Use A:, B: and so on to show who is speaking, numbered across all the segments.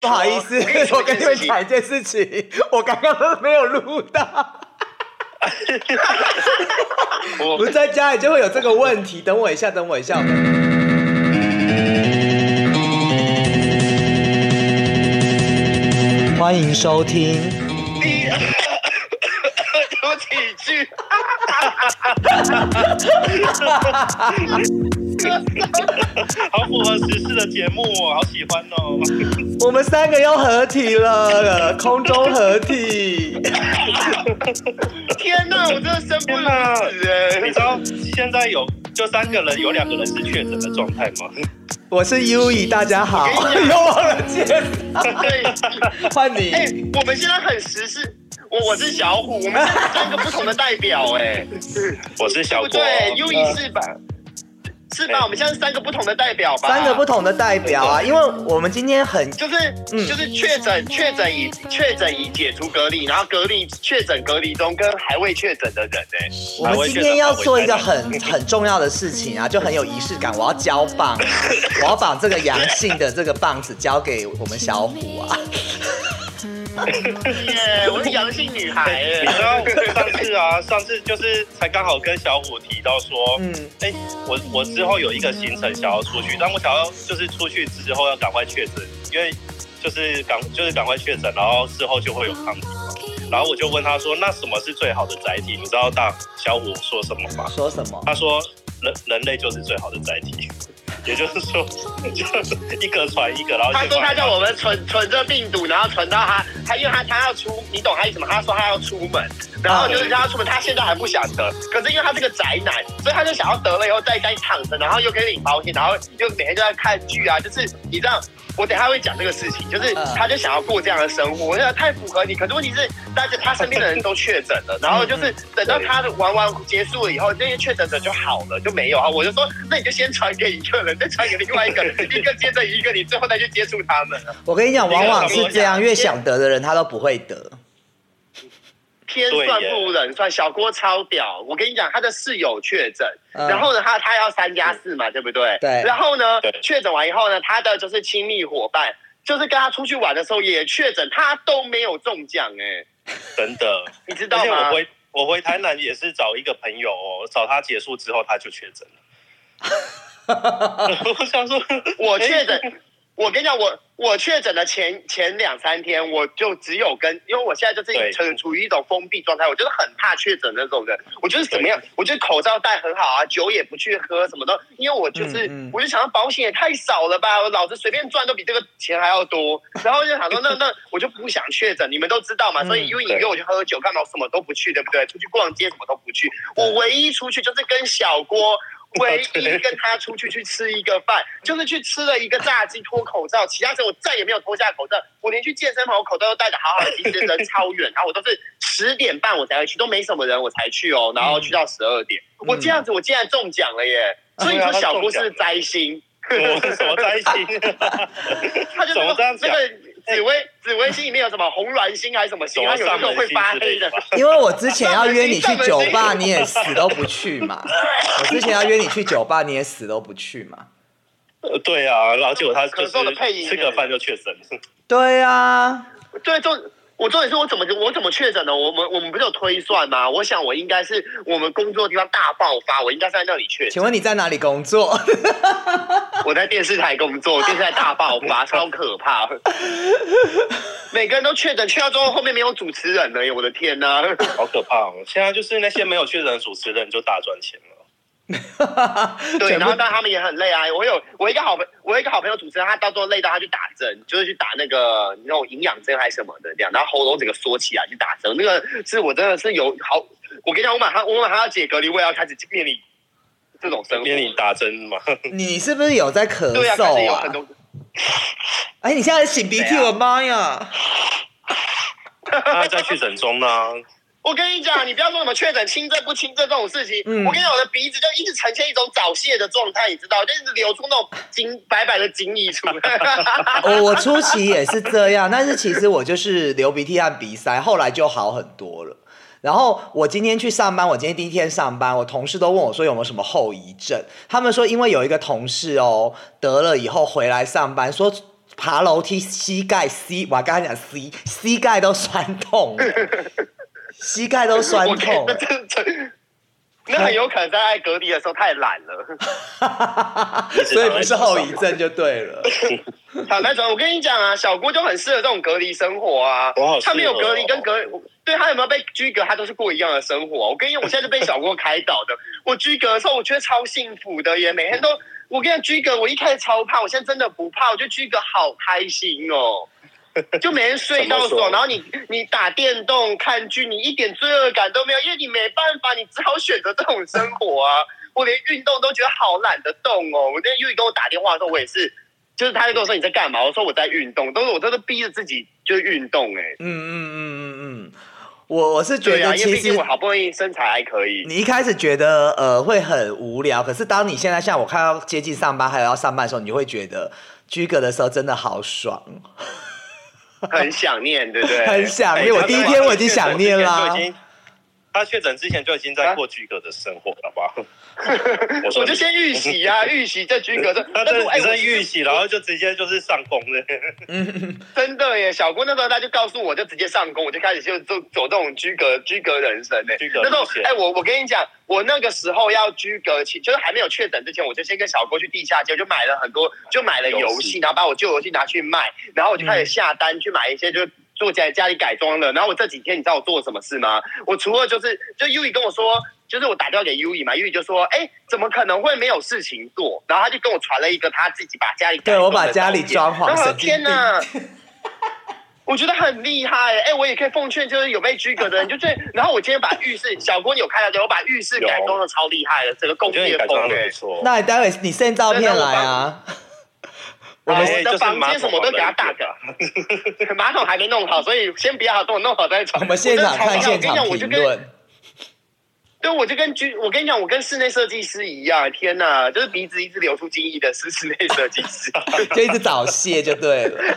A: 不好意思，
B: 我
A: 我跟你
B: 我跟
A: 们
B: 你
A: 讲一件事情，我刚刚都没有录到。
B: 我
A: 不在家里就会有这个问题。等我一下，等我一下。欢迎收听，
B: 第有几句， 好符合时事的节目哦，好喜欢哦。
A: 我们三个要合体了，空中合体。
C: 天哪，我真的生不
B: 天
C: 如
B: 哪
C: 死哎！
B: 你知道现在有就三个人，有两个人是确诊的状态吗？
A: 我是 U 以，大家好。
C: 我跟你
A: 又忘了介绍，
C: 对，
A: 换你。
C: 哎、我们现在很时事，我我是小虎，我们 是三个不同的代表哎、
B: 我是小嗯哎
C: 对不
B: 郭，
C: 对，U 一
B: 呃
C: 是吧？是吧？我们现在是三个不同的代表吧？
A: 三个不同的代表啊，因为我们今天很
C: 就是、
A: 嗯
C: 就是确诊确诊已确诊已解除隔离，然后隔离确诊隔离中跟还未确诊的人哎、
A: 我们今天要做一个很很重要的事情啊，就很有仪式感。我要交 棒，我要把这个阳性的这个棒子交给我们小虎 啊。
C: 耶，我是阳性女孩
B: 你
C: 哎、
B: 知道上次啊， 上次就是才刚好跟小虎提到说，
A: 嗯，
B: 哎、我我之后有一个行程想要出去，但我想要就是出去之后要赶快确诊，因为就是赶就是赶快确诊，然后事后就会有抗体嘛。然后我就问他说，那什么是最好的载体？你知道大小虎说什么吗？
A: 说什么？
B: 他说人人类就是最好的载体， 也就是说，就是一个传一个，然后
C: 他
B: 结果
C: 说他叫我们存存这病毒，然后存到他，他因为他他要出，你懂他意思吗？他说他要出门，然后就是他要出门，他现在还不想得，可是因为他是个宅男，所以他就想要得了以后在家里躺着，然后又可以领保险，然后又每天都在看剧啊，就是你知道，我等一下会讲这个事情，就是
A: 嗯
C: 他就想要过这样的生活，我觉得太符合你。可是问题是，大家他身边的人都确诊了，然后就是等到他玩完结束了以后，那些确诊者就好了，就没有啊。我就说，那你就先传给一个人，再传给另外一个，一个接着一个，你最后再去接触他们。
A: 我跟你讲，往往是这样，越想得的人他都不会得。
C: 偏算不如人算，小郭超屌。我跟你讲，他的室友确诊，
A: 嗯
C: 然后呢，他他要三加四嘛，对不对？
A: 对
C: 然后呢
B: 对，
C: 确诊完以后呢，他的就是亲密伙伴，就是跟他出去玩的时候也确诊，他都没有中奖哎、
B: 真的，
C: 你知
B: 而
C: 道
B: 且我
C: 吗？
B: 回我回台南也是找一个朋友、哦，找他结束之后他就确诊了。 我想说，
C: 我
B: 哎
C: 确诊，我跟你讲，我我确诊的前前两三天，我就只有跟，因为我现在就是
B: 对
C: 处处于一种封闭状态，我就是很怕确诊那种人。我就是怎么样，我觉得口罩戴很好啊，酒也不去喝什么的，因为我就是，
A: 嗯嗯
C: 我就想到保险也太少了吧，我老子随便赚都比这个钱还要多，然后就 想说，那那我就不想确诊，你们都知道嘛，
A: 嗯
C: 所以因为你约我去喝酒，干嘛我什么都不去，对不对？出去逛街什么都不去，我唯一出去就是跟小郭。
A: 哦
C: 唯一跟他出去去吃一个饭，就是去吃了一个炸鸡，脱口罩，其他时候我再也没有脱下口罩，我连去健身房我口罩都戴的好好的，其实人超远，然后我都是十点半我才会去，都没什么人我才去哦，然后去到十二点，
B: 嗯
C: 我这样子我竟然中奖了耶！所以你说小郭
B: 啊
C: 是灾星，
B: 我是什么灾 星？
C: 他就
B: 怎么
C: 说
B: 这样
C: 那
B: 讲？
C: 个紫微紫微星里面有什么红鸾星啊还是什么
B: 什
C: 星，它
B: 么
C: 有那
B: 上
C: 种
B: 门
C: 会
B: 星
C: 发
B: 之
C: 黑
B: 类
C: 的
B: 的。吧？
A: 因为我之前要约你去酒吧，你也死都不去嘛。我之前要约你去酒吧，你也死都不去嘛。
B: 呃对啊，然后结果他就
C: 咳嗽的配音
B: 是吃个饭就确诊，
A: 对啊，
C: 对，重我重点是我怎么我怎么确诊的？我们我们不是有推算吗？我想我应该是我们工作地方大爆发，我应该是在那里确诊。
A: 请问你在哪里工作？
C: 我在电视台工作，电视台大爆发，超可怕。每个人都确诊，去到之后后面没有主持人了耶！我的天呐、
B: 好可怕哦！现在就是那些没有确诊的主持人就大赚钱了。
C: 对，
A: 全
C: 然后
A: 部
C: 但他们也很累啊。我有我一个好朋，我有一个好朋友主持人，他到最后累到他去打针，就是去打那个那种营养针还是什么的，这样，然后喉咙整个缩起来去打针。那个是我真的是有好，我跟你讲，我马上我马上要解隔离，我也要开始面临这种生活。
B: 给你打针嘛，
A: 你是不是有在咳
C: 对啊，开始
A: 嗽
C: 有
A: 啊
C: 很？多。
A: 哎，你现在擤鼻涕，
C: 对啊
A: 我妈呀！
B: 他在确诊中呢、
C: 我跟你讲，你不要说什么确诊轻症不轻症这种事情，
A: 嗯
C: 我跟你讲，我的鼻子就一直呈现一种早泄的状态，你知道， 就是流出那种精白白的精液出 来。
A: 哦我我初期也是这样，但是其实我就是流鼻涕和鼻塞，后来就好很多了。然后我今天去上班，我今天第一天上班，我同事都问我说有没有什么后遗症，他们说因为有一个同事哦得了以后回来上班说。爬楼梯膝盖 C，我刚才讲 C，膝盖都酸痛了，膝盖都酸
C: 我
A: 痛
C: 那
A: 了。
C: 真真，那很有可能在爱隔离的时候太懒了，
A: 所以不是后遗症就对了。
C: 躺在床上。我跟你讲啊，小郭就很适合这种隔离生活啊
B: 我好。
C: 他没有
B: 适合哦
C: 隔离跟隔，对他有没有被居隔，他都是过一样的生活。我跟你讲，我现在就被小郭开导的。 我居隔的时候，我觉得超幸福的耶，每天都。我跟你讲，居隔我一开始超怕，我现在真的不怕，我觉得居隔好开心哦。就每天睡到
B: 怎么说
C: 爽，然后你你打电动看剧，你一点罪恶感都没有，因为你没办法，你只好选择这种生活啊。我连运动都觉得好懒得动哦。我那天玉跟我打电话的时候，我也是，就是他就跟我说你在干嘛，我说我在运动，都是我真的逼着自己就是运动哎、
A: 嗯嗯嗯嗯嗯，我我是觉
C: 对啊，
A: 得
C: 因为
A: 其
C: 毕
A: 实
C: 竟我好不容易身材还 可以，
A: 你一开始觉得呃会很无聊，可是当你现在像我看到接近上班还有要上班的时候，你就会觉得居隔的时候真的好爽。
C: 很想念，对不对？
A: 很想念
B: 哎
A: 我
B: 他
A: 啊第一
B: 在
A: 天
B: 他
A: 我已经
B: 确
A: 想
B: 诊
A: 念
B: 之前就
A: 啦
B: 已经他确诊之前就已经在过居格的生活 了吧？我
C: 啊
B: 说
C: 我就
B: 你
C: 先预习啊，预习这军格这，
B: 他
C: 但
B: 在
C: 是我哎，
B: 你
C: 我
B: 在预习，然后就直接就是上工了。
C: 真的耶，小郭那时候他就告诉我，就直接上工，我就开始就走走这种居格居格人生呢
B: 居格。
C: 那时候
B: 路线，
C: 哎、我我跟你讲，我那个时候要居格起，就是还没有确诊之前，我就先跟小郭去地下街，我就买了很多，就买了游
B: 游
C: 戏
B: 戏，
C: 然后把我旧游戏拿去卖，然后我就开始下单去买一些就是。做家家里改装的，然后我这几天你知道我做了什么事吗？我除了就是就 U 怡跟我说，就是我打电话给 U 怡嘛，U 怡就说，哎、怎么可能会没有事情做？然后他就跟我传了一个他自己把家里改
A: 对我
C: 装
A: 把
C: 的
A: 家
C: 照
A: 里
C: 片
A: 装潢
C: 然后我
A: 神经
C: 天哪，我觉得很厉害、欸，哎、我也可以奉劝，就是有被居格的 人，就是，然后我今天把浴室，小郭你有看到对，我把浴室改装的超厉害的，整个
B: 我
C: 工
B: 觉得你
C: 业
B: 改
C: 风
B: 装的
C: 哎、
B: 不错。
A: 那你待会你 send 照片来啊，
B: 我
C: 然
B: 们
C: 后我
B: 哎
C: 的
B: 就是
C: 房间什么都给他打
B: 马桶
C: 个，马桶还没弄好，所以先不要，等我弄好再传。
A: 我们现场看现场
C: 我
A: 评
C: 就跟
A: 论。
C: 对，我就跟居，我跟你讲，我跟室内设计师一样，天哪，就是鼻子一直流出精液的是室内设计 师。
A: 就一直早泄就对了，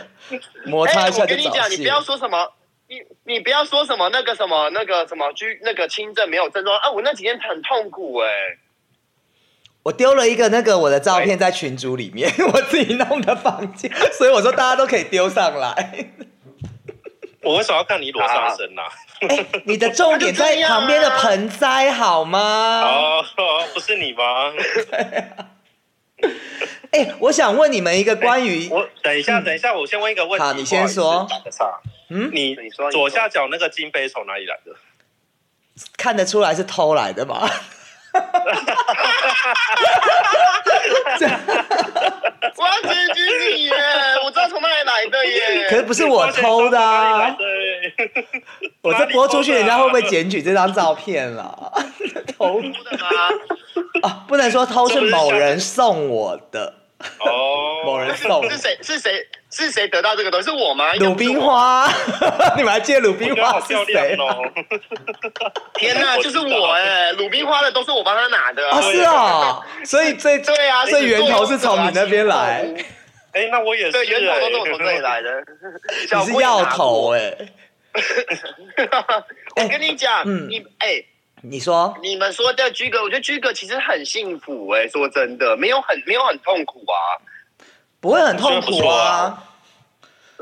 A: 摩擦一
C: 哎我
A: 下就
C: 跟你
A: 早
C: 讲，你不
A: 泄。
C: 要说什么，你你不要说什么那个什么那个什么居那个轻症没有症状啊，我那几天很痛苦哎、
A: 我丢了一个那个我的照片在群组里面，我自己弄的房间，所以我说大家都可以丢上来。
B: 我为什么要看你裸上身呐、
A: 哎你的重点在旁边的盆栽好吗？
B: 哦，不是你吗？
A: 哎、我想问你们一个关于
B: 哎我等一下，等一下，我先问一个问题。
A: 嗯好你先说
B: 不好意思打个岔。
A: 嗯
B: 你
C: 你说你说
B: 左下角那个金杯从哪里来的？
A: 看得出来是偷来的吗？
C: 我要直接狙你耶！我知道从哪里来的耶。
A: 可是不是我偷的啊！
B: 对，
A: 我这播出去，人家会不会检举这张照片了？偷
C: 哭的吗？
A: 啊，不能说偷是某人送我的，
B: 哦，
A: 某人送我
C: 是谁？是谁？是谁得到这个东西？是我吗？
A: 鲁冰花， 你们还记得鲁冰
B: 我觉得
A: 花
B: 好
A: 是
B: 漂
A: 谁啊
B: 亮？哦！
C: 天哪，就是我哎！鲁冰花的都是我帮他拿的啊。
A: 啊，是哦，所以最
C: 对啊，
A: 所以源头是从你那边来，
B: 哎，那我也是、
C: 对，
B: 哎
C: 源头都是我啊从这里来的。
A: 你
C: 小
A: 是
C: 郭也拿
A: 药头哎、
C: 过。我跟你讲，
A: 嗯
C: 你哎，
A: 你说
C: 你们说的居哥，我觉得居哥其实很幸福哎，说真的，没有很没有很痛苦啊，
A: 不会很痛
B: 我觉得不
A: 苦
B: 错
A: 啊
B: 啊？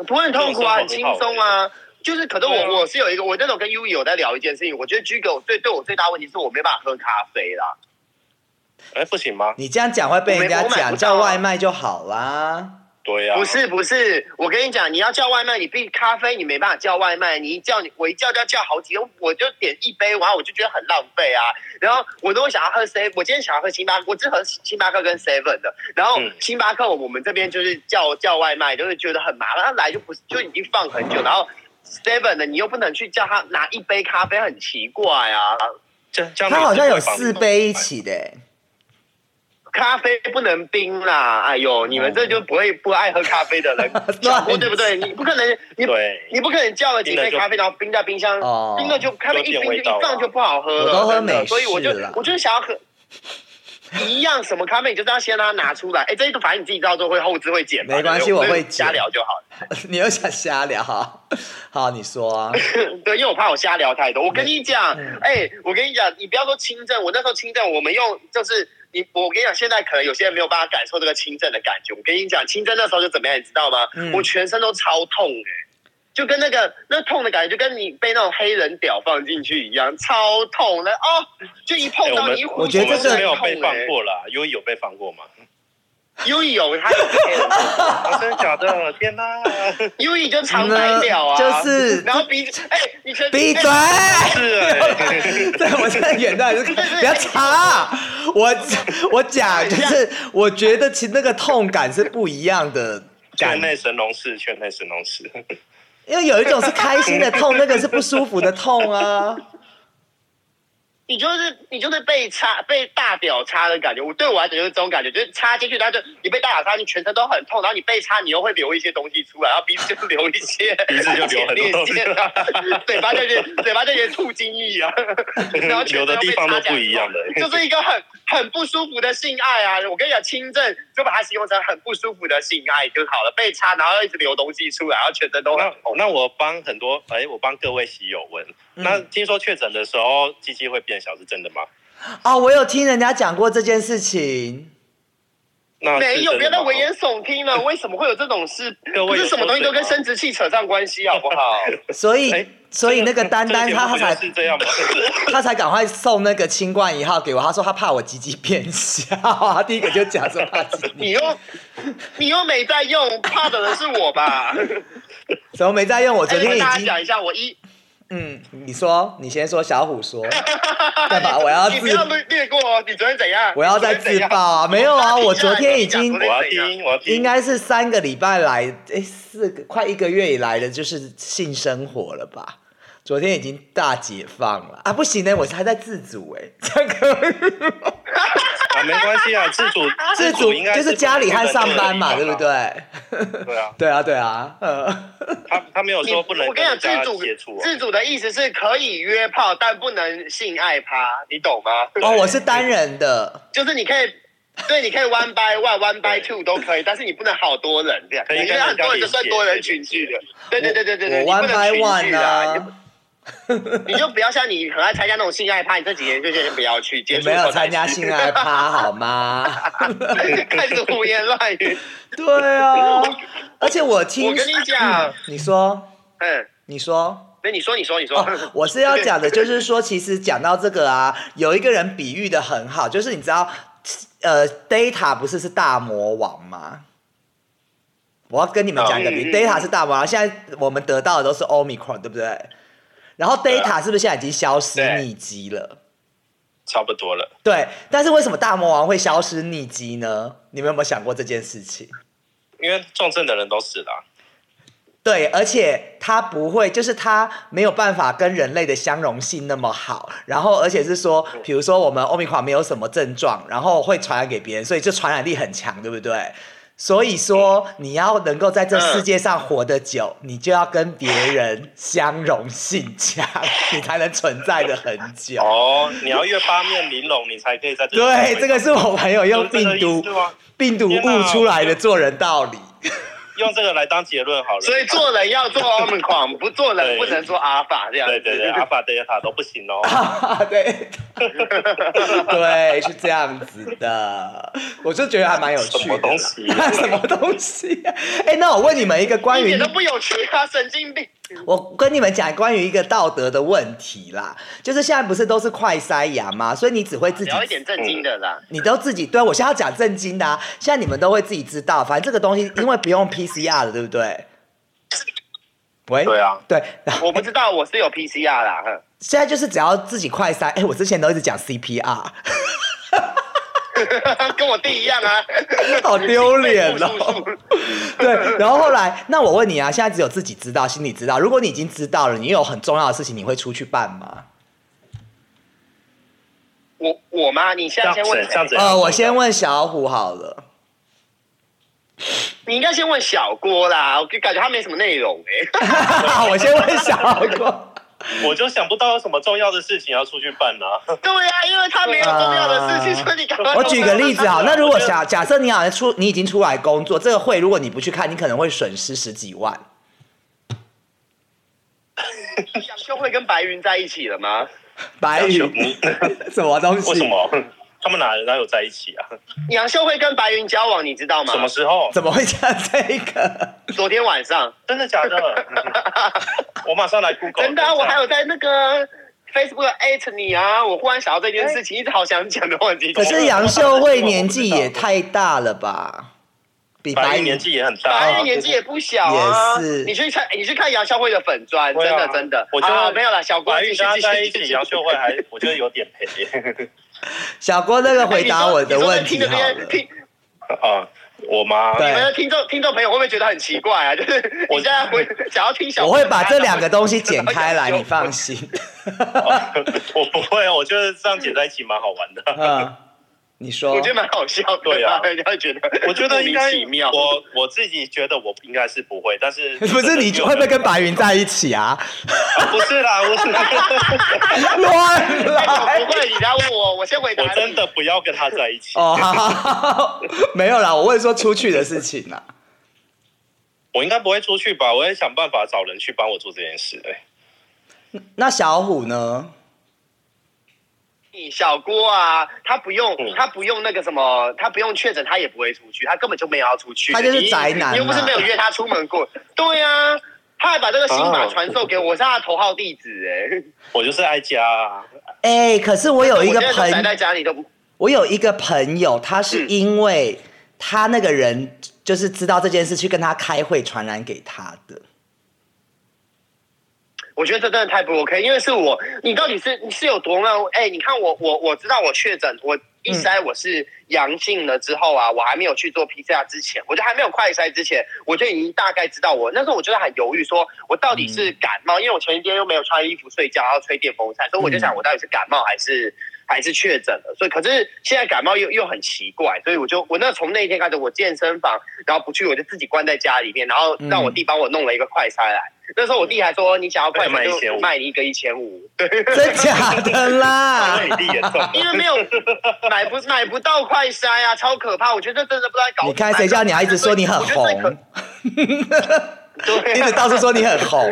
C: 不会很痛苦啊，很
B: 这
C: 轻
B: 种生活
C: 松啊。就是，可是
B: 对啊
C: 我我是有一个，我那时候跟 U 有在聊一件事情，我觉得居哥我最对我最大问题是我没办法喝咖啡啦。
B: 哎，不行吗？
A: 你这样讲会被人家
C: 我没我买
A: 讲，
C: 不到
A: 叫
C: 啊
A: 外卖就好啦。
B: 对呀、
C: 不，是不是，我跟你讲，你要叫外卖，你必咖啡你没办法叫外卖，你一叫你我一叫就要叫好几个，我就点一杯，然后我就觉得很浪费啊。然后我如果想要喝 seven，我今天想要喝星巴克，我只喝星巴克跟 seven 的。然后
B: 嗯
C: 星巴克我们这边就是叫叫外卖，就是觉得很麻烦，他来就不是就已经放很久，然后 seven 的你又不能去叫他拿一杯咖啡，很奇怪啊。
B: 这这样
A: 它好像有
B: 每次会
A: 四
B: 帮
A: 杯一起的、欸，，
C: 咖啡不能冰啦！哎呦，你
B: 嗯
C: 们这就不会不爱喝咖啡的人 小郭对不对？你不可能，你
B: 对
C: 你不可能叫了几杯咖啡，然后冰在冰箱，
A: 哦
C: 冰了嗯就咖啡一
B: 就
C: 冰
B: 变
C: 就
B: 味道了
C: 一放就不好喝
A: 我
C: 了。
A: 都喝
C: 真的
A: 美式
C: 所以我就
A: 啦
C: 我就是想要喝。一样什么咖啡，你就是要先让它拿出来。哎，这一个反正你自己到时候会后置会剪吧，
A: 没关系
C: 对不对
A: 我会
C: 就瞎
A: 剪
C: 聊就好了。
A: 你又想瞎聊哈？好，你说啊，
C: 对，因为我怕我瞎聊太多。我跟你讲
A: 嗯，
C: 哎、我跟你讲，你不要说轻症，我那时候轻症，我们用就是你我跟你讲，现在可能有些人没有办法感受这个轻症的感觉。我跟你讲，轻症那时候就怎么样，你知道吗？
A: 嗯
C: 我全身都超痛哎、就跟那个那痛的感觉，就跟你被那种黑人屌放进去一样，超痛的哦！就一碰
B: 哎我
C: 到
B: 们
C: 你一呼
A: 我觉
C: 吸就
A: 得
B: 我
A: 这个
C: 很
B: 们
C: 痛
B: 是没有被放
C: 哎
B: 过啦，因为有被放过吗？
C: 优以有，他有 黑人，
B: 啊，真的假的？天哪！
C: 优以就长白屌啊，
A: 嗯就是
C: 然后鼻子，哎、你全
A: 闭 嘴！
C: 哎
B: 是 哎，
A: 对，我真的演到就是不要吵啊，我我讲就是，我觉得其实那个痛感是不一样的感
B: 圈，内神农氏，圈内神农氏。
A: 因为有一种是开心的痛，那个是不舒服的痛啊。
C: 你就是你就是被插被大屌插的感觉，我对我来讲就是这种感觉，就是插进去，然后就你被大屌插，你全身都很痛，然后你被插，你又会流一些东西出来，然后鼻子就流一 些，
B: 鼻子就流很多东西
C: 前列腺 啊，嘴巴就是嘴巴就是吐精液啊，然后全身
B: 有的地方都不一样的
C: 被插进去就是一个很很不舒服的性爱啊！我跟你讲，轻症就把它形容成很不舒服的性爱就好了，被插然后一直流东西出来，然后全身都很
B: 那那我帮很多哎，我帮各位喜友问，
A: 嗯
B: 那听说确诊的时候机器会变小，是真的吗？
A: 啊，我有听人家讲过这件事情，
B: 那是
C: 没有，不
B: 真的
C: 要再
B: 吗哦
C: 危言耸听了。为什么会有这种事？
B: 各
C: 不
B: 位有
C: 是什么东西都跟生殖器扯上关系，好不 好？
A: 所以
B: 哎
A: 所以那个丹丹
B: 这
A: 她她才
B: 节目不就是这 样吗？
A: 他才赶快送那个清冠一号给我，他说他怕我鸡鸡变小， 他第一个就讲说怕鸡鸡
C: 你又你又没在用，怕的人是我 吧？
A: 怎么没在用？我昨
C: 哎，
A: 天
C: 跟大
A: 已
C: 家
A: 经
C: 讲一下，我一
A: 嗯，你说，你先说，小虎说，干嘛？我要
C: 你不
A: 啊自
C: 要略略过哦。你昨天怎样？
A: 我要再自爆啊！没有啊，我昨天已经
B: 我要听，我要听。
A: 应该是三个礼拜来，哎，四个快一个月以来的，就是性生活了吧？昨天已经大解放了啊！不行呢，我还在自主哎，这个
B: 啊，没关 系啊，自主
A: 自
B: 主
A: 主
B: 应该
A: 就是家里和上班嘛，对不
B: 对？
A: 对？
B: 对 啊，
A: 对啊，对啊，呃，
B: 他他没有
C: 你
B: 说不能
C: 我跟你
B: 人
C: 讲，
B: 家
C: 自主
B: 接触哦，
C: 自主的意思是可以约炮，但不能性爱趴，你懂吗？
A: 哦，我是单人的，
C: 就是你可以，对，你可以 one by one、one by
B: 对
C: two 都可以，但是你不能好多人这样，
B: 可
C: 因
B: 以
C: 为很多人就算多人群聚的，对对对对对对，你
A: 我 one
C: 不能
A: by
C: 群聚
A: one
C: 啊。
A: 啊
C: 你。你就不要像你很爱参加那种性爱趴，你这几年就先不要去接
A: 我
C: 触。
A: 没有参加，性爱趴，好吗？
C: 开始胡言乱语。
A: 对 啊，而且我 听，
C: 我跟你讲，
A: 你说，
C: 嗯，
A: 你说，
C: 那你说，你说，你说，
A: 哦，我是要讲的，就是说，其实讲到这个啊，有一个人比喻的很好，就是你知道，呃，Data 不是是大魔王吗？我要跟你们讲一个比喻、
C: 嗯
A: d a t a 是大魔王，现在我们得到的都是 Omicron，对不对？然后
B: 对啊
A: Data 是不是现在已经消失
B: 对
A: 匿迹了？
B: 差不多了。
A: 对，但是为什么大魔王会消失匿迹呢？你们有没有想过这件事情？
B: 因为重症的人都死了啊，
A: 对，而且它不会，就是它没有办法跟人类的相容性那么好。然后，而且是说，
B: 嗯
A: 比如说我们欧米狂没有什么症状，然后会传染给别人，所以就传染力很强，对不对？所以说，
B: 嗯
A: 你要能够在这世界上活得久，你就要跟别人相容性 强，你才能存在的很久。
B: 哦，你要越八面玲珑，你才可以在这
A: 对，这个是我朋友用
B: 有这
A: 病
B: 个
A: 毒
B: 意思啊吗
A: 病毒悟出来的做人道理。
B: 用这个来当结论好了。
C: 所以做人要做 o m i c r 不做人
B: 对
C: 不能做阿尔法这样。
B: 对 对对，阿法德塔都不行哦。
A: 对，对，是这样子的，我就觉得还蛮有趣的啦。
B: 什么东西
A: 什么东西啊哎、那我问你们一个关
C: 一
A: 于
C: 点都不有趣啊，神经病。
A: 我跟你们讲关于一个道德的问题啦，就是现在不是都是快塞牙吗？所以你只会自己
C: 聊一点正经的啦。
A: 你都自己对我现在要讲正经的、啊，现在你们都会自己知道，反正这个东西因为不用 PCR 的，对不对？喂，
B: 对啊，
A: 对，然后
C: 我不知道，我是有 PCR 啦。哼
A: 现在就是只要自己快塞，哎，我之前都一直讲 CPR，
C: 跟我弟一样 啊，
A: 好丢脸
C: 被 复述
A: 哦。对，然后后来，那我问你啊，现在只有自己知道，心里知道。如果你已经知道了，你有很重要的事情，你会出去办吗？
C: 我我吗？你现在
B: 像
C: 先问谁
B: 这样子，
A: 呃，我先问小虎好了。
C: 你应该先问小郭啦，我就感觉他没什么内容 哎、
A: 我先问小虎。
B: 我就想不到有什么重要的事情要出去办啊。
C: 对呀、因为他没有重要的事情，
A: 啊
C: 所以你赶 快。
A: 我举个例子好，那如果
B: 我觉得
A: 假假设你好像出你已经出来工作，这个会如果你不去看，你可能会损失十几万。
C: 小修会跟白云在一起了吗？
A: 白
B: 小
A: 宇
B: 熊，
A: 什么东西？
B: 为什么？他们哪哪有在一起啊？
C: 杨秀慧跟白云交往，你知道吗
B: 什？么 时候？
A: 怎么会讲这个？
C: 昨天晚上，
B: 真的假 的？我马上来 Google。
C: 真的啊，
B: 等一
C: 我
B: 下
C: 还有在那个 Facebook 艾特你啊，我忽然想到这件事情，一直好想讲的忘记。
A: 可是杨秀慧年纪也太大了吧？比
B: 白
A: 白
B: 玉
A: 宇
B: 年纪也很大啊，
C: 白玉年纪也不小啊，
B: 哦
A: 也是
C: 你去看，你去看杨秀慧的粉砖，
B: 对
C: 真
B: 啊
C: 的真的，
B: 我觉得
C: 啊没有啦，小郭
B: 白玉
C: 继续
B: 跟他
C: 继续
B: 在一
C: 继续
B: 起，杨秀慧还我觉得有点 赔
A: 小郭那个回答我的问
C: 哎你
A: 题
C: 说
A: 好
C: 你说在听的
A: 了
C: 那，边听
B: 啊。我妈，
A: 对
C: 你们的听众听众朋友会不会觉得很奇怪啊？就是
B: 我
C: 我现在回想要听小，
A: 哎我会把这两个东西剪开 来，
C: 然后
A: 你放心。
B: 我不会，我觉得这样剪在一起蛮好玩 的。
A: 嗯，你说
C: 我觉得蛮好笑的，
B: 对啊
C: 人家觉得
B: 我觉得
C: 莫
B: 应
C: 名
B: 该
C: 其妙，，
B: 我我自己觉得我应该是不会，但 是
A: 不是你会不会跟白云在一起啊？
B: 啊不是啦，我是
A: 乱
C: 哎我
A: 来
C: 不会，你来问我， 我先回答
B: 我
C: 你，
B: 真的不要跟他在一起。
A: 哦，好好好没有啦，我问说出去的事情啊啦。
B: 我应该不会出去吧？我也想办法找人去帮我做这件事、哎，
A: 那小虎呢？
C: 你小郭啊，他不用、
B: 嗯
C: 他不用那个什么，他不用确诊，他也不会出去，他根本就没有要出去。
A: 他就是
C: 你
A: 宅男啊
C: 你又不是没有约他出门过。对啊，他还把这个新码
B: 哦
C: 传授给我，我是他的头号弟子哎、
B: 我就是爱家、啊。
A: 哎、可是我有一个
C: 我现在都宅
A: 朋
C: 在家里都不
A: 我有一个朋友，他是因为他那个人就是知道这件事，去跟他开会，传染给他的。
C: 我觉得这真的太不 OK，因为是我，你到底是你是有多慢？哎、你看我，我我知道我确诊，我一筛我是阳性了之后啊，我还没有去做 PCR 之前，我就还没有快筛之前，我就已经大概知道我那时候我觉得很犹豫，说我到底是感冒，因为我前一天又没有穿衣服睡觉，然后吹电风扇，所以我就想我到底是感冒还是。还是确诊了，所以可是现在感冒又又很奇怪，所以我就我那从那一天开始，我健身房然后不去，我就自己关在家里面，然后让我弟帮我弄了一个快筛来。那时候我弟还说，你想要快
B: 卖
C: 筛就
B: 1500
C: 卖你一个一千五， 对，
A: 真假的 啦
C: 啊
B: 那？你弟也中了，
C: 因为没有买不买不到快筛啊，超可怕！我觉得真的不知道在搞。
A: 你看谁叫你要一直说你很
C: 我觉得最可
A: 红，
C: 对
A: 一
C: 啊
A: 直到处说你很红，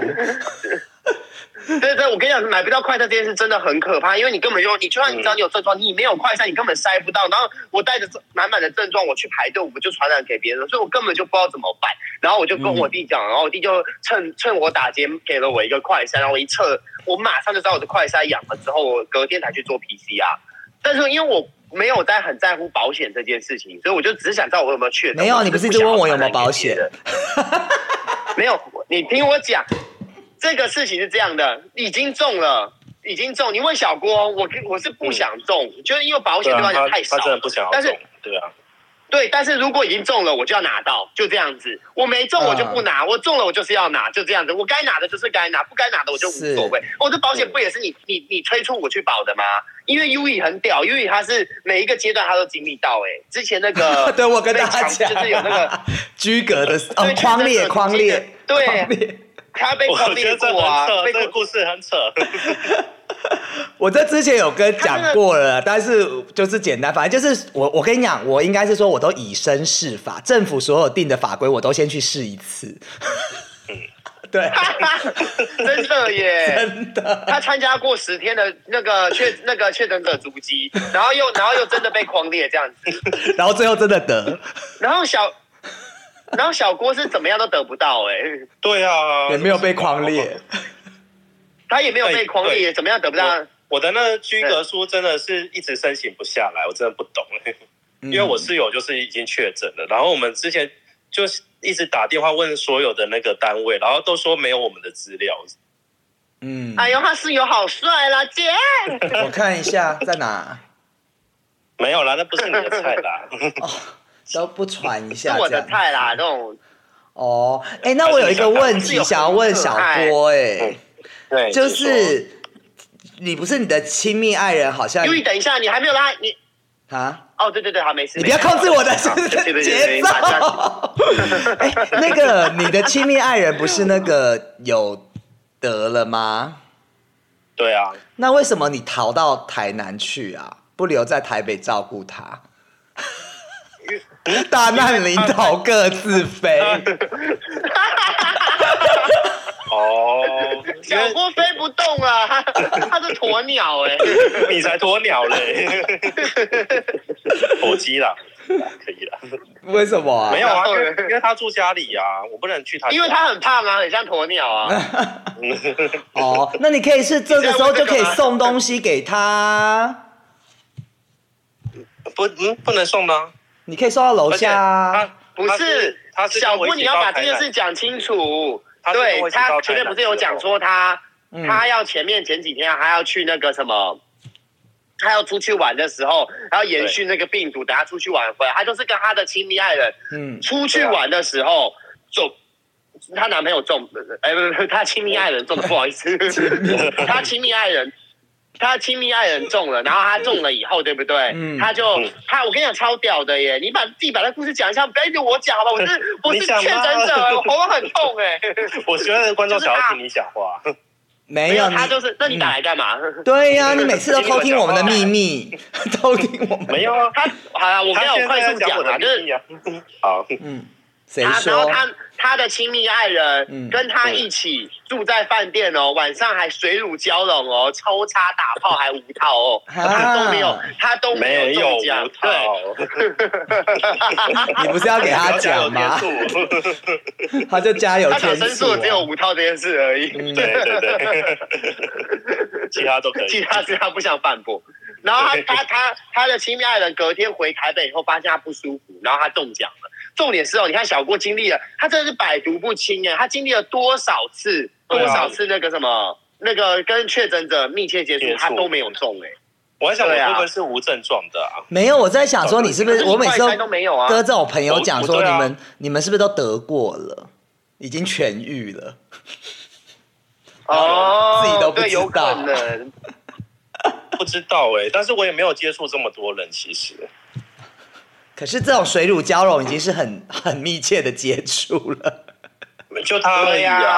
C: 对对，我跟你讲，买不到快餐这件事真的很可怕，因为你根本就你就算你
A: 嗯
C: 知道你有症状，你没有快餐，你根本筛不到。然后我带着这满满的症状，我去排队，我们就传染给别人，所以我根本就不知道怎么办。然后我就跟
A: 嗯
C: 我弟讲，然后我弟就趁趁我打劫给了我一个快筛，然后我一测，我马上就知道我的快筛阳了，之后我隔天才去做 PCR。但是因为我没有在很在乎保险这件事情，所以我就只想知道我有没有确诊。
A: 没有
C: 我就
A: 你不是一
C: 不
A: 直
C: 想要
A: 问我有没有
C: 传染给
A: 保险
C: 别人？ 没有，你听我讲，这个事情是这样的，已经中了，已经中。你问小郭，我我是不想中，就是因为保险对
B: 对
C: 我
B: 啊，
C: 来讲
B: 他
C: 太少
B: 他。真的不想要
C: 但是
B: 中，对啊，
C: 对，但是如果已经中了，我就要拿到，就这样子。我没中，我就不
B: 嗯
C: 拿；我中了，我就是要拿，就这样子。我该拿的就是该拿，不该拿的我就无所谓。我、哦、这保险不也是你你你催促我去保的吗？因为 U E 很屌，U E 它是每一个阶段它都经历到、哎，之前那 个
A: 啊对我跟大
C: 被
A: 家
C: 抢
A: 讲，
C: 就是有那个
A: 居格的哦
C: 对，
A: 框列
C: 就是
A: 框列，
C: 对
A: 框列
C: 他被
B: 我
C: 抗
B: 觉得
C: 列
B: 这
C: 过啊
B: 很，扯，
C: 被
B: 这个故事很扯。
A: 我这之前有跟讲过了，但是就是简单，反正就是我我跟你讲，我应该是说我都以身试法，政府所有定的法规我都先去试一次。 对，
C: 真的 耶，
A: 真的，
C: 他参加过十天的那个确那个确诊者足迹，然后又然后又真的被狂列这样子，
A: 然后最后真的得，
C: 然后小。然后小郭是怎么样都得不到哎、
B: 对啊，
A: 也没有被框列。
C: 他也没有被狂
B: 对
C: 列，怎么样得不到？
B: 我的那个居格书真的是一直申请不下来，我真的不懂、
A: 嗯
B: 因为我室友就是已经确诊了，然后我们之前就是一直打电话问所有的那个单位，然后都说没有我们的资料，
A: 嗯，
C: 哎呦，他室友好帅啦，姐！
A: 我看一下在哪，
B: 没有啦，那不是你的菜 啦。
A: 都不传一
C: 是
A: 下
C: 我
A: 这
C: 的
A: 样。
C: 菜啦，这种
A: 哦，哎，那我有一个问
C: 是
A: 题
C: 有
A: 想要问小郭，哎，
B: 对，
A: 就是你不是你的亲密爱人，好像
C: 因为等一下你还没有拉你
A: 啊。
C: 哦，对对对，好没事，
A: 你不要
C: 没事
A: 控制我的
C: 好对对对对
A: 节
C: 对马上
A: 奏。 哎，那个你的亲密爱人不是那个有得了吗？
B: 对啊，
A: 那为什么你逃到台南去啊？不留在台北照顾他？
C: 嗯
A: 大难临头各自飞，
B: 哦，
C: 小郭飞不动了，他他是鸵鸟 哎、
B: 你才鸵 鸟嘞，火鸡啦，可以啦。
A: 为什么啊？
B: 没有啊，因为
C: 然后呢
B: 因为他住家里啊，我不能去他家，
C: 因为他很胖啊，很像鸵鸟啊。
A: 哦，那你可以是这个时候就可以送东西给他，
B: 不嗯不能送呢。
A: 你可以送到楼
B: 而且
A: 下
B: 他
A: 啊。
C: 不
B: 他
C: 是
B: 他是
C: 小
B: 郭，
C: 郭，你要把这件事讲清楚。
B: 嗯他是跟我
C: 对
B: 一起到台南
C: 他绝对不是有讲说他，
A: 嗯
C: 他要前面前几天啊他要去那个什么。他要出去玩的时候，然后延续那个病毒，等他出去玩回来，他就是跟他的亲密爱人
A: 嗯，
C: 出去玩的时候中，她男朋友中，哎、不不不，她亲密爱人中了，不好意思，她亲密爱人，她亲密爱人中了，然后她中了以后，对不对？
A: 嗯
C: 她就她，我跟你讲超屌的耶！你把自己把那故事讲一下，不要一直我讲好吧？我是我是
B: 你
C: 确
B: 讲吗
C: 诊者，我喉咙很痛哎。
B: 我觉得观众想
C: 就是啊
B: 要
C: 他
B: 听你讲话，
A: 没
C: 没
A: 有
C: 有，
A: 你
C: 她就是，那你打来干嘛？
A: 对呀、你每 次都偷听我们的秘密， 偷听我们
B: 没有啊。
C: 她好了，我跟你
B: 他
C: 讲，我
B: 现
C: 快
B: 在
C: 速
B: 在讲我
C: 啊，
B: 的
C: 就是
B: 秘 密啊。好，
A: 嗯，谁
C: 他然后
A: 说？
C: 他他的亲密爱人
A: 嗯
C: 跟他一起住在饭店哦，晚上还水乳交融哦，抽插打炮还无套哦，
A: 啊
C: 他都没有，他都
B: 没
C: 有
B: 有
C: 中奖
B: 无，
C: 啊对，
B: 套，
A: 你不是要给他讲
B: 讲
A: 吗？
B: 对
A: 他就加油
C: 他想
A: 添
C: 申
A: 醋、
C: 诉
A: 啊。
C: 只有无套这件事而已，
A: 嗯，
B: 对对，其他都可以。
C: 其他事他不想反驳。然后他他他他的亲密爱人隔天回台北以后，发现他不舒服，然后他中奖了。重点是哦，你看小郭经历了，他真的是百毒不侵哎，他经历了多少次多
B: 对啊
C: 少次那个什么那个跟确诊者密切接触
B: 接，触
C: 他都没有中哎。
B: 我在想我
C: 对啊
B: 会不会是无症状的啊？
A: 没有，我在想说你是不是？我每次
C: 都
A: 都
C: 都没有啊。
A: 跟这种朋友讲说，
B: 我对
A: 你
B: 啊
A: 们你们是不是都得过了？已经痊愈了，
C: 哦，
A: 自己都不知道
C: 对，有可能。
B: 不知道哎，但是我也没有接触这么多人，其实。
A: 可是这种水乳交融已经是很很密切的接触了
B: 就他而
C: 对
B: 已
C: 呀
B: 啊，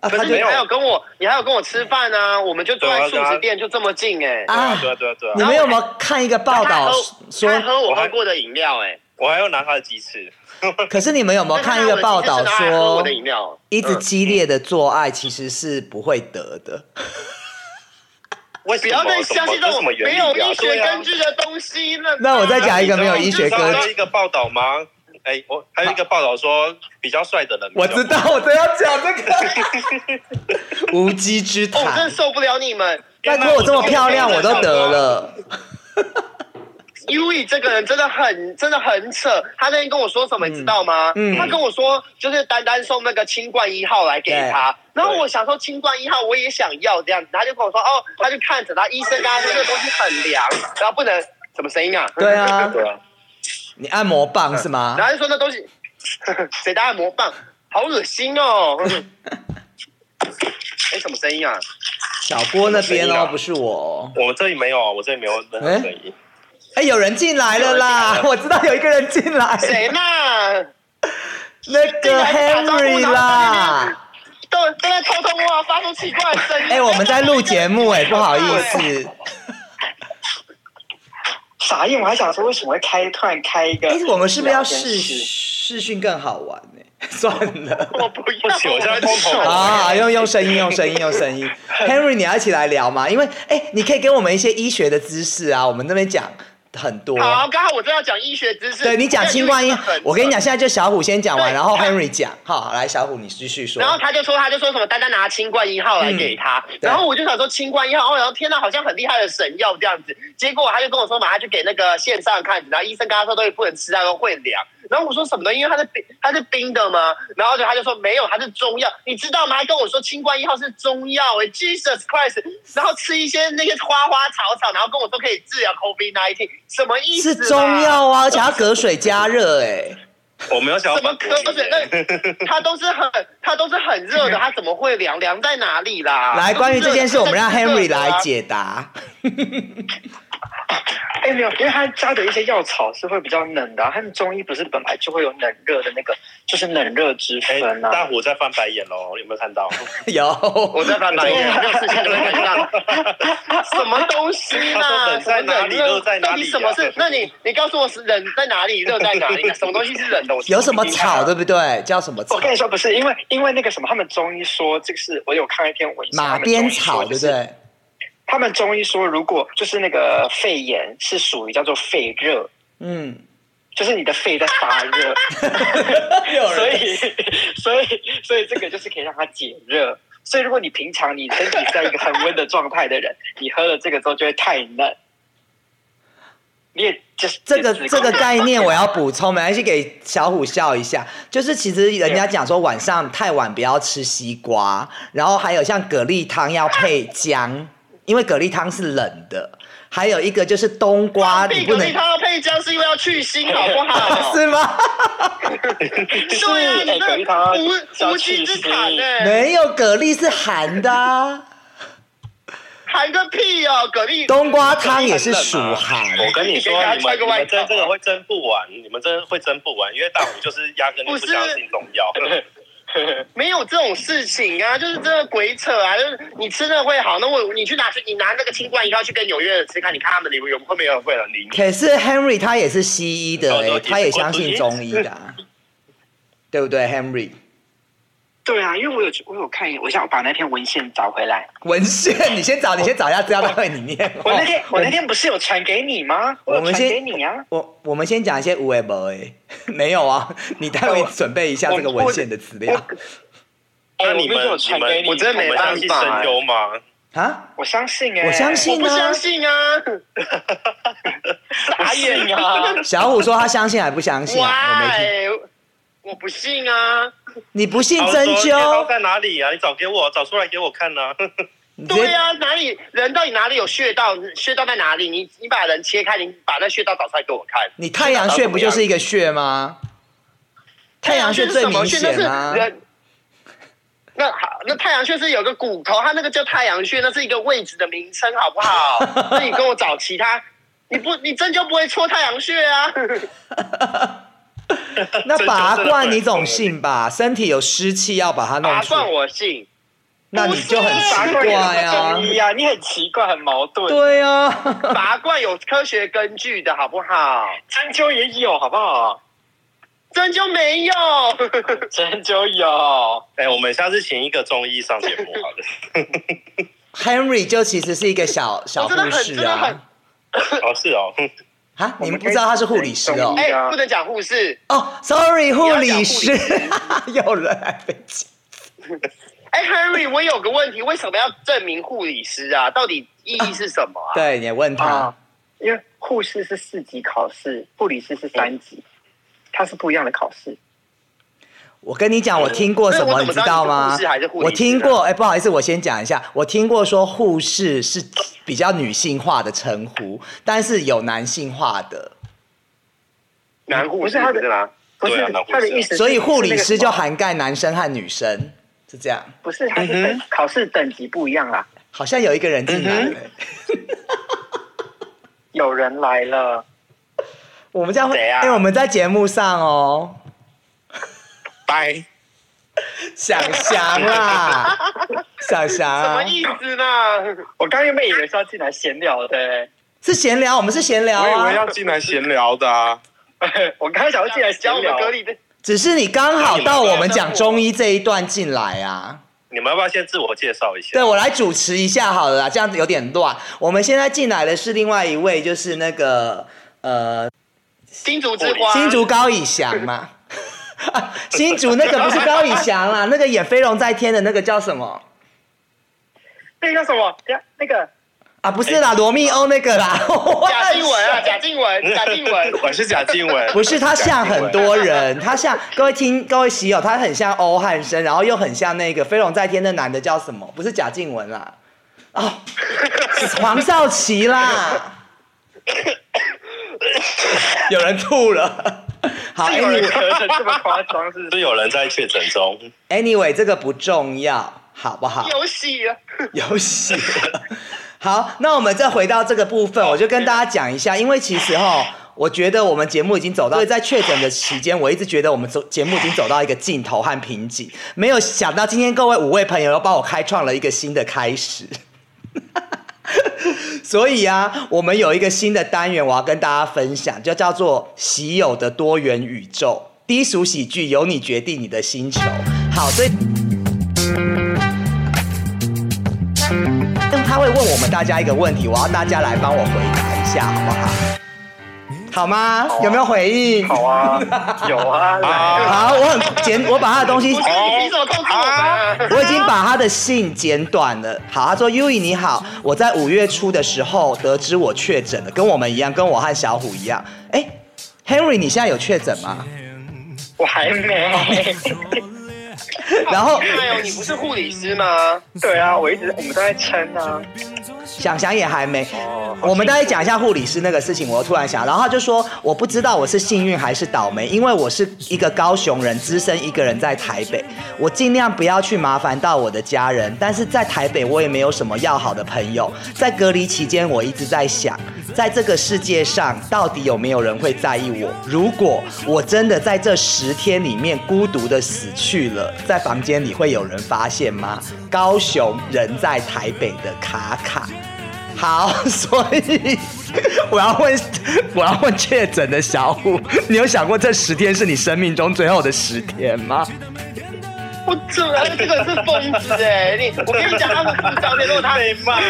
A: 啊！
C: 可
A: 他
C: 是
A: 就
C: 你
B: 没有
C: 还有跟我，你还有跟我吃饭啊，我们就坐在素
B: 对啊
C: 食店，就这么近哎。
A: 啊，
B: 对啊对啊对
A: 你
B: 啊，
A: 们有没有看一个报道说
C: 他？还喝我
B: 我还
C: 喝过的饮料哎，
B: 我还要拿他的鸡翅，
A: 可是你们有没有看一个报道
C: 但是他还喝我
A: 说
C: 的，饮
B: 啊
C: 料，
A: 一直激烈的做爱其实是不会得的？
B: 为什
C: 不
B: 么？
C: 要再相信这
B: 什
C: 种
B: 么原
C: 没
B: 理啊
C: 有医学
B: 对啊
C: 根据的东西了。
A: 那我再讲一个没有医
B: 你
A: 学
B: 知道
A: 根
B: 还有
C: 哦
A: 据
B: 一个报道吗？哎，我还有一个报道说比较帅的 人，
A: 我知。道，我真要讲这个 无稽之
C: 哦，我真
A: 谈
C: 的。受不了你们。
A: 拜托，我这么漂亮，我都得了。
C: U E 这个人真的很真的很扯，他那天跟我说什么，你知道吗？
A: 嗯
C: 他跟我说就是丹丹送那个清冠一号来给他，然后我想说清冠一号我也想要这样子，他就跟我说哦，他就看着他医生跟他说这个东西很凉，然后不能什么声音啊？
A: 对啊，
B: 对啊，
A: 你按摩棒是吗
C: 然？后他就说那东 西谁的按摩棒，好恶心哦。 哎，什么声音啊？
A: 小郭那边
B: 什么声音
A: 哦
B: 啊，
A: 不是我哦。
B: 我们这里没有，啊我这里没有任何声音。
A: 哎，有人进来了啦！我知道有一个人进来，
C: 谁嘛？
A: 那
C: 进
A: 个
C: 来打招
A: Henry
C: 呼然后在那 边
A: 啦。
C: 都都在偷偷摸，啊发出奇怪的声音。
A: 哎，我们在录节目， 哎，不好意思。
D: 傻眼，我还想说为什么会开突然开一个？
A: 哎，我们是不是要
D: 试
A: 试视讯更好玩呢？ 算了。
C: 我不要，
B: 不行我现在空头
A: 啊，用用声音，用声音，用声音。Henry，你要一起来聊吗？因为哎、你可以给我们一些医学的知识啊，我们那边讲很多。
C: 好，刚好我正要讲医学知识。
A: 对你讲清冠音，我跟你讲，。现在就小虎先讲完，
C: 对
A: 然后
C: 他
A: Henry 讲。好，来，小虎你继续说嗯
C: 然。后他就说，他就说什么丹丹拿清冠一号来给他，然后我就想说清冠一号，哦，然后天呐，好像很厉害的神药这样子。结果他就跟我说嘛，他就给那个线上看，然后医生跟他说东西不能吃，他说会凉。然后我说什么呢？因为它是冰，它是冰的吗？然后就他就说没有，它是中药，你知道吗？还跟我说清冠一号是中药、哎，Jesus Christ！然后吃一些那些花花草草，然后跟我说可以治疗 COVID nineteen，什么意思
A: 是
C: 啦？
A: 中药啊，而且要隔水加热、哎
B: 我没有想要
C: 怎么哎
B: 反驳你耶。
C: 可水？那它都是很，它都是很热的，它怎么会凉？凉在哪里啦？啊
A: 哎，来，关于这件事，我们让
C: 就是热
A: Henry
C: 的啊
A: 来。解答。
C: 哎、
D: 哎，没有，因为他加的一些药草是会比较冷的啊、他们中医不是本来就会有冷热的那个，就是冷热之
B: 哎、
D: 分啊。
B: 大虎在翻白眼喽，有没有 看到？
A: 有
C: 我在翻白眼，没有事情就会看到什么东西
B: 他说
C: 啦？
B: 冷在哪里
C: 什么冷
B: 热在哪里啊
C: 到底什么是？那你你告诉我是冷在哪里，热在哪 里？什么东西是冷的？我
A: 有什么草对
C: 的？
A: 不对？叫什么草
D: 我？跟你说，不是因为因为那个什么，他们中医说这个是我有看一篇文章，
A: 马鞭草对不
D: 对？
A: 对？
D: 他们中医说，如果就是那个肺炎是属于叫做肺热，
A: 嗯，
D: 就是你的肺在发热，所以 所以所以这个就是可以让它解热。所以如果你平常你身体在一个恒温的状态的人，你喝了这个之后就会太冷，你也就是
A: 这个
D: 也只
A: 这个概念我要补充，没关系，给小虎笑一下。就是其实人家讲说晚上太晚不要吃西瓜，然后还有像蛤蜊汤要配姜，因为蛤蜊汤是冷的。还有一个就是冬瓜，你不
C: 可
A: 能
C: 是它要配姜是因为要去腥，好不 好？
A: 是吗？
C: 对啊，
D: 哎
C: 你
D: 隔离它
C: 这无无稽之谈欸呢、
A: 没有蛤蜊是寒的啊、
C: 含个屁哦，蛤蜊。
A: 冬瓜汤也是属寒。
B: 啊我跟你说，
C: 你给他
B: 你
C: 穿
B: 们
C: 个
B: 你
C: 外
B: 们
C: 套
B: 真这个会争不完，你们真的会争不完，因为大虎就是压根就
C: 不
B: 不
C: 是哎
B: 相信中药。
C: 没有这种事情啊，就是真的鬼扯啊！就是你吃了会好，那我你去拿去，你拿那个清冠一号去跟纽约人吃看，你看他们有有会没有人会很理你？
A: 可是 Henry 他也是西医的、
B: 哦
A: 欸，
B: 对
A: 他也相信中医的啊、对不对？Henry
D: 对啊，因为我有我有看，我想把那篇文献找回来。
A: 文献，你先找，你先找一下资料，待会你念。
D: 我那天我那天不是有传给你吗？
A: 哦我
D: 有
A: 们
D: 传
A: 先
D: 给你啊。
A: 我我们先讲一些无为不哎， 没有啊，你待会准备一下这个文献的资料
B: 那你
D: 哎我不是
B: 们你
D: 有传给
B: 们
D: 你
C: 我真的没
B: 你们
C: 办法
B: 相信神游吗？
A: 啊。
D: 我相信哎、
A: 我相信
C: 我不相信 啊！
D: 傻眼啊！
A: 小虎说他相信还不相信啊？我没听，
C: Why？我不信啊！
A: 你不信
B: 好
A: 针
B: 说
A: 灸，
B: 在哪里啊？你找给我，找出来给我看啊呐、
A: 你直
C: 对
A: 接
C: 啊，哪里人到底哪里有穴道？穴道在哪里？你你把人切开，你把那穴道找出来给我看。
A: 你太阳穴不就是一个穴吗？太阳穴最明显啊
C: 那是。人那好，那太阳穴是有个骨头，它那个叫太阳穴，那是一个位置的名称，好不好？ 那你跟我找其他，你不你针灸不会戳太阳穴啊？
A: 那拔
B: 针灸真的不
A: 罐
B: 能
A: 你总信吧？身体有湿气要把它 弄
C: 拔
A: 出来
C: 罐。我信，
A: 那你就很奇怪啊
D: 中。医啊，你很奇怪，很矛盾。
A: 对啊，
C: 拔罐有科学根据的好不好？
D: 针灸也有，好不好？
C: 针灸没有，
D: 针灸有，
B: 哎、我们下次请一个中医上节目好了。
A: Henry 就其实是一个小小
C: 我
A: 护
C: 真的很
A: 士
C: 真的很
A: 啊。
B: 哦，是哦，
A: 啊，你们不知道他是护理师哦
D: 我们可？以
C: 哎、不能讲护士，
A: 哦，sorry，护理师
C: 你要，
A: 有人来被抢
C: 哎、h e n r y 我有个问题，为什么要证明护理师啊？到底意义是什么啊？
A: 对，你问他
D: 啊，，因为护士是四级考试，护理师是三级，它是不一样的考试。
A: 我跟你讲，我听过什
C: 所
A: 么，
C: 以我怎么
A: 知道吗
C: 知道你是护士还是？护理师啊
A: 我听过，哎，不好意思，我先讲一下，我听过说护士是比较女性化的称呼，但是有男性化的，
C: 男护
D: 不
C: 士
D: 是他的
C: 吗？
D: 不是
B: 对啊那护士啊
D: 他的意思是，
A: 所以护理师就
D: 还
A: 涵盖男生和女生，是这样。
D: 不是
A: 嗯
D: 他是等考试等级不一样啊啦。
A: 好像有一个人进
C: 嗯
A: 来了、
D: 有人来了，
A: 我们这样会，哎
B: 谁啊
A: 我们在节目上哦，
B: 拜。
A: 想翔 啦，想翔
C: 什么
A: 啊，
C: 意思呢？
D: 我刚原本以为是要进来闲聊的，
A: 是闲聊，我们是闲聊啊，
B: 进来闲聊的啊。
D: 我刚想要进来闲
C: 讲我们
D: 聊。
C: 隔离的
A: 只是你刚好到我们讲中医这一段进来啊。
B: 你们要不要先自我介绍一下？
A: 对，我来主持一下好了啦，这样子有点乱。我们现在进来的是另外一位，就是那个呃，
C: 新竹之花，
A: 新竹高以翔嘛。 啊新竹那个不是高以翔啦，那个演《飞龙在天》的那个叫什么
D: 那个叫什么？等一下那个
A: 啊？不是啦，罗密欧那个啦，
C: 贾静雯 啊，贾静雯，贾静雯，
B: 我是贾静雯。
A: 不是，他像很多人，他像各位听各位喜友，他很像欧汉生，然后又很像那个《飞龙在天》的男的叫什么？不是贾静雯啦，哦，是黄少祺啦。有人吐了。好
D: 有人
A: ，anyway，
D: 咳成这么夸张，是不是？
B: 是有人在确诊中。
A: anyway，这个不重要，好不好？
C: 有喜啊！
A: 有戏。好，那我们再回到这个部分，
D: 好
A: 我就跟大家讲一下，因为其实哈。我觉得我们节目已经走到，在确诊的期间，我一直觉得我们走节目已经走到一个尽头和瓶颈，没有想到今天各位五位朋友又帮我开创了一个新的开始。 所以啊，我们有一个新的单元，我要跟大家分享，就叫做“喜友的多元宇宙”，低俗喜剧由你决定你的星球。好，所以。那他会问我们大家一个问题，我要大家来帮我回答一下，好不好？好吗？
D: 啊
A: 有没有回应？
D: 好啊，有啊，来
A: 好，我很简，我把他的东西
C: 不是你凭什么控制我们啊？
A: 我已经把他的信简短了。好，他说：“Uyi 你好，我在五月初的时候得知我确诊了，跟我们一样，跟我和小虎一样。哎，Henry，你现在有确诊吗？
D: 我还
C: 啊
D: 没。
A: 然后
C: 对哦，你不是护理师吗？
D: 对啊，我一直我们都在撑啊。
A: 想想也还没。
D: 哦，
A: 我们大概讲一下护理师那个事情，我突然想，然后他就说我不知道我是幸运还是倒霉，因为我是一个高雄人，只身一个人在台北，我尽量不要去麻烦到我的家人，但是在台北我也没有什么要好的朋友，在隔离期间我一直在想，在这个世界上到底有没有人会在意我？如果我真的在这十天里面孤独的死去了，在房间里会有人发现吗？高雄人在台北的卡卡。好，所以我要问，我要问确诊的小虎，你有想过这十天是你生命中最后的十天吗？
C: 不准啊！这个是疯子哎、你我跟你讲，他们不照片，如果他
B: 被骂，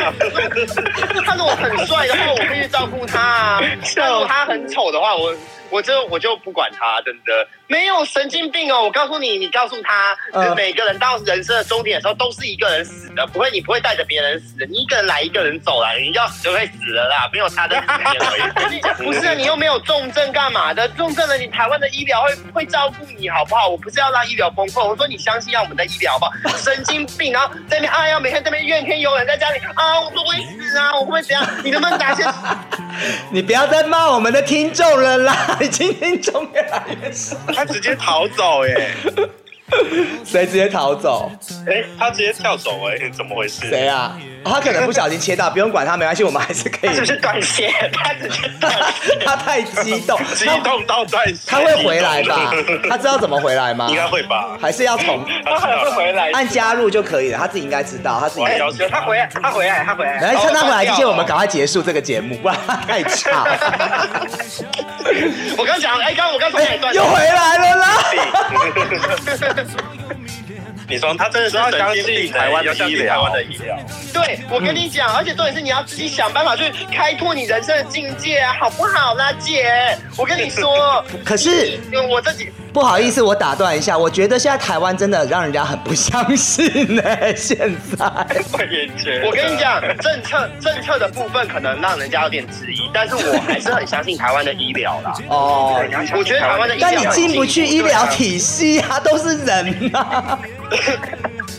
C: 他如果很帅的话，我会去照顾他、啊；但如果他很丑的话，我我就我就不管他，真的没有神经病哦！我告诉你，你告诉他，
A: 嗯
C: 每个人到人生的终点的时候都是一个人死的，不会你不会带着别人死的，你一个人来一个人走啦，你要死就会死了啦，没有他的时间而已。 不是你又没有重症干嘛的？重症了你台湾的医疗会会照顾你好不好？我不是要让医疗崩溃，我说你相信一下我们的医疗好不好？ 神经病，然后在那边哎呀，每天在那边怨天尤人，在家里啊，我会死啊，我会怎样？你能不能打 些？
A: 你不要再骂我们的听众了啦， 已经听众越来越少，
B: 他直接逃走哎、
A: 谁直接逃走？
B: 哎、他直接跳走哎、怎么回事？
A: 谁啊？哦他可能不小心切到，不用管他，没关系，我们还是可以
D: 他。是不是断线？他直接断线。
A: 他太激动，
B: 激
A: 他
B: 动到断线
A: 他会回来吧？他知道怎么回来吗
B: 应？该会吧？
A: 还是要从
D: 他后来会回来。
A: 按加入就可以了，他自己应该知道，他自己应该
B: 哎
A: 知道。
B: 要
D: 他回来，他回来，他回来。 哦
A: 来，趁他回来之前，我们赶快结束这个 节目，不然他太吵。
C: 我刚讲，哎，刚刚我刚从哪里断
A: 又
C: 的？
A: 回来了啦！
B: 你说他真的是
D: 要相
B: 神
D: 信
B: 经病哎
D: 台湾的
B: 要相
D: 医
B: 信
D: 疗
B: 台湾的医疗。
C: 对，我跟你讲，而且重点是你要自己想办法去开拓你人生的境界啊，好不好啦，姐？我跟你说，
A: 可是
C: 因为我自己
A: 不好意思，我打断一下，我觉得现在台湾真的让人家很不相信呢、 现在
B: 我也觉得
C: 我跟你，讲，政策政策的部分可能让人家有点质疑，但是我还是很相信台湾的医疗 啦。
A: 哦，
C: 我觉得台湾的医疗
A: 但你进不去医疗体系啊，都是人 啊。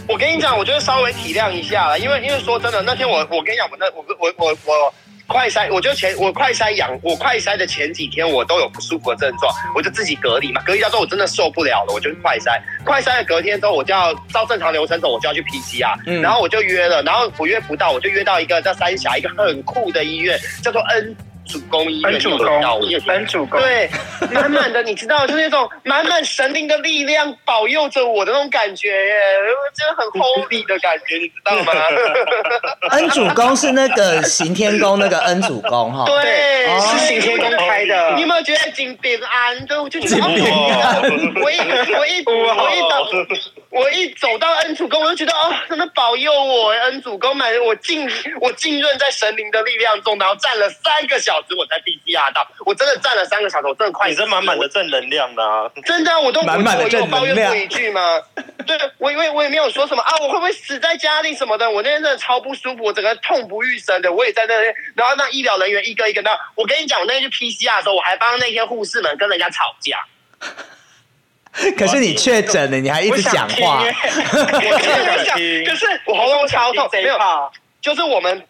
C: 我跟你讲，我觉得稍微体谅一下啦，因为因为说真的，那天我我跟你讲，我那我我我我快筛，我就前我快筛阳，我快筛的前几天我都有不舒服的症状，我就自己隔离嘛，隔离到之后我真的受不了了，我就去快筛，快筛的隔天之后我就要照正常流程走，我就要去 PCR，、
A: 嗯
C: 然后我就约了，然后我约不到，我就约到一个在三峡一个很酷的医院，叫做恩主公医院，
D: 恩主
C: 你有约到我
D: 公，恩主公，
C: 对，满满的，你知道，就是那种满满神灵的力量保佑着我的那种感觉耶，我觉得很 holy 的感觉，你知道吗？
A: 恩主公是那个刑天宫那个恩主公 哈，
C: 对，
A: 哦
D: 是刑天宫开的
C: 你有。没有觉得金平安？对，我就觉得
A: 金平安
C: 哦我一我一我一走，我一走到恩主公，我就觉得哦，真的保佑我恩主公满我浸我浸润在神灵的力量中，然后站了三个小时，我才 PCR 到，我真的站了三个小时，我真的快
B: 你
C: 死了，
B: 这满满的正能量呢、啊，
C: 真的啊、我都
A: 满满的
C: 我我有
A: 正能
C: 抱怨
A: 量
C: 过一句 吗？对，我因为我也没有说什么啊，我会不会死在家里什么的？我那天真的超不舒服，我整个痛不欲生的。我也在那边，然后那医疗人员一个一个那，我跟你讲，我那天去 PCR 的时候，我还帮那些护士们跟人家吵架。
A: 可是你确诊了，你还一直讲话，
D: 我想听耶
C: 我 跟你讲，可是我喉咙超痛，没有，就是我们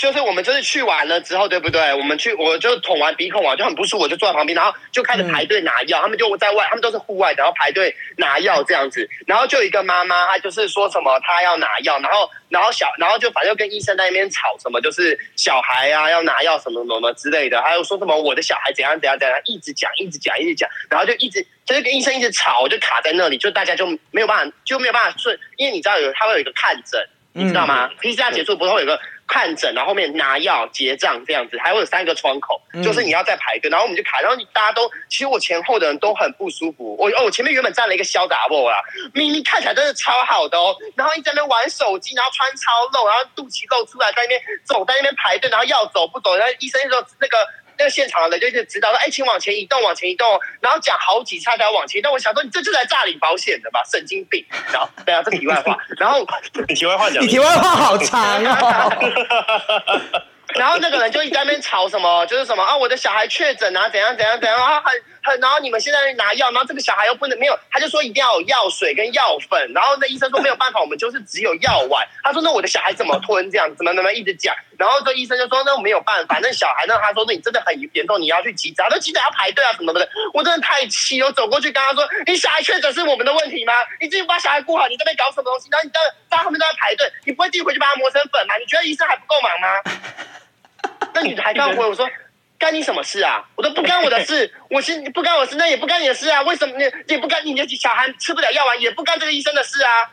C: 就是我们就是去完了之后，对不对？我们去，我就捅完鼻孔啊，就很不舒服，我就坐在旁边，然后就开始排队拿药。他们就在外，他们都是户外的，然后排队拿药这样子。然后就有一个妈妈，她就是说什么她要拿药，然后然后小，然后就反正跟医生在那边吵什么，就是小孩啊要拿药什么什么什么之类的，还有说什么我的小孩怎样怎样怎样，一直讲一直讲一直讲，然后就一直就是跟医生一直吵，我就卡在那里，就大家就没有办法就没有办法顺，因为你知道有他会有一个看诊。你知道吗？PCR 结束不是会有个看诊，然后后面拿药、结账这样子，还会有三个窗口，就是你要再排队，然后我们就卡，然后你大家都，其实我前后的人都很不舒服。我哦，我前面原本站了一个肖达沃啦，啊明明看起来真的超好的哦，然后一直在那边玩手机，然后穿超露，然后肚脐露出来，在那边走，在那边排队，然后要走不走，然后医生说那个。那个现场的人就一直指导说：“哎，请往前移动，往前移动。”然后讲好几次他才往前移动。我想说，你这就来诈领保险的吧，神经病！然 后，对啊，这题外话。然后，
B: 你题外话讲
A: 你，题外话好长哦。
C: 然后那个人就一直在那边吵什么，就是什么啊，我的小孩确诊啊，怎样怎样怎样啊，很很，然后你们现在拿药，然后这个小孩又不能没有，他就说一定要有药水跟药粉，然后那医生说没有办法，我们就是只有药丸。他说那我的小孩怎么吞这样，怎么怎么一直讲，然后这医生就说那没有办法，那小孩呢，他说那你真的很严重，你要去急诊，那急诊要排队啊什么的，我真的太气，我走过去跟他说，你小孩确诊是我们的问题吗？你自己把小孩顾好，你这边搞什么东西？然后你到到后面都在排队，你不会自己回去把它磨成粉吗？你觉得医生还不够忙吗？那女的还刚回我说：“干你什么事啊？我都不干我的事，我是不干我的事，那也不干你的事啊。为什么你也不干你的小孩吃不了药丸，啊也不干这个医生的事啊？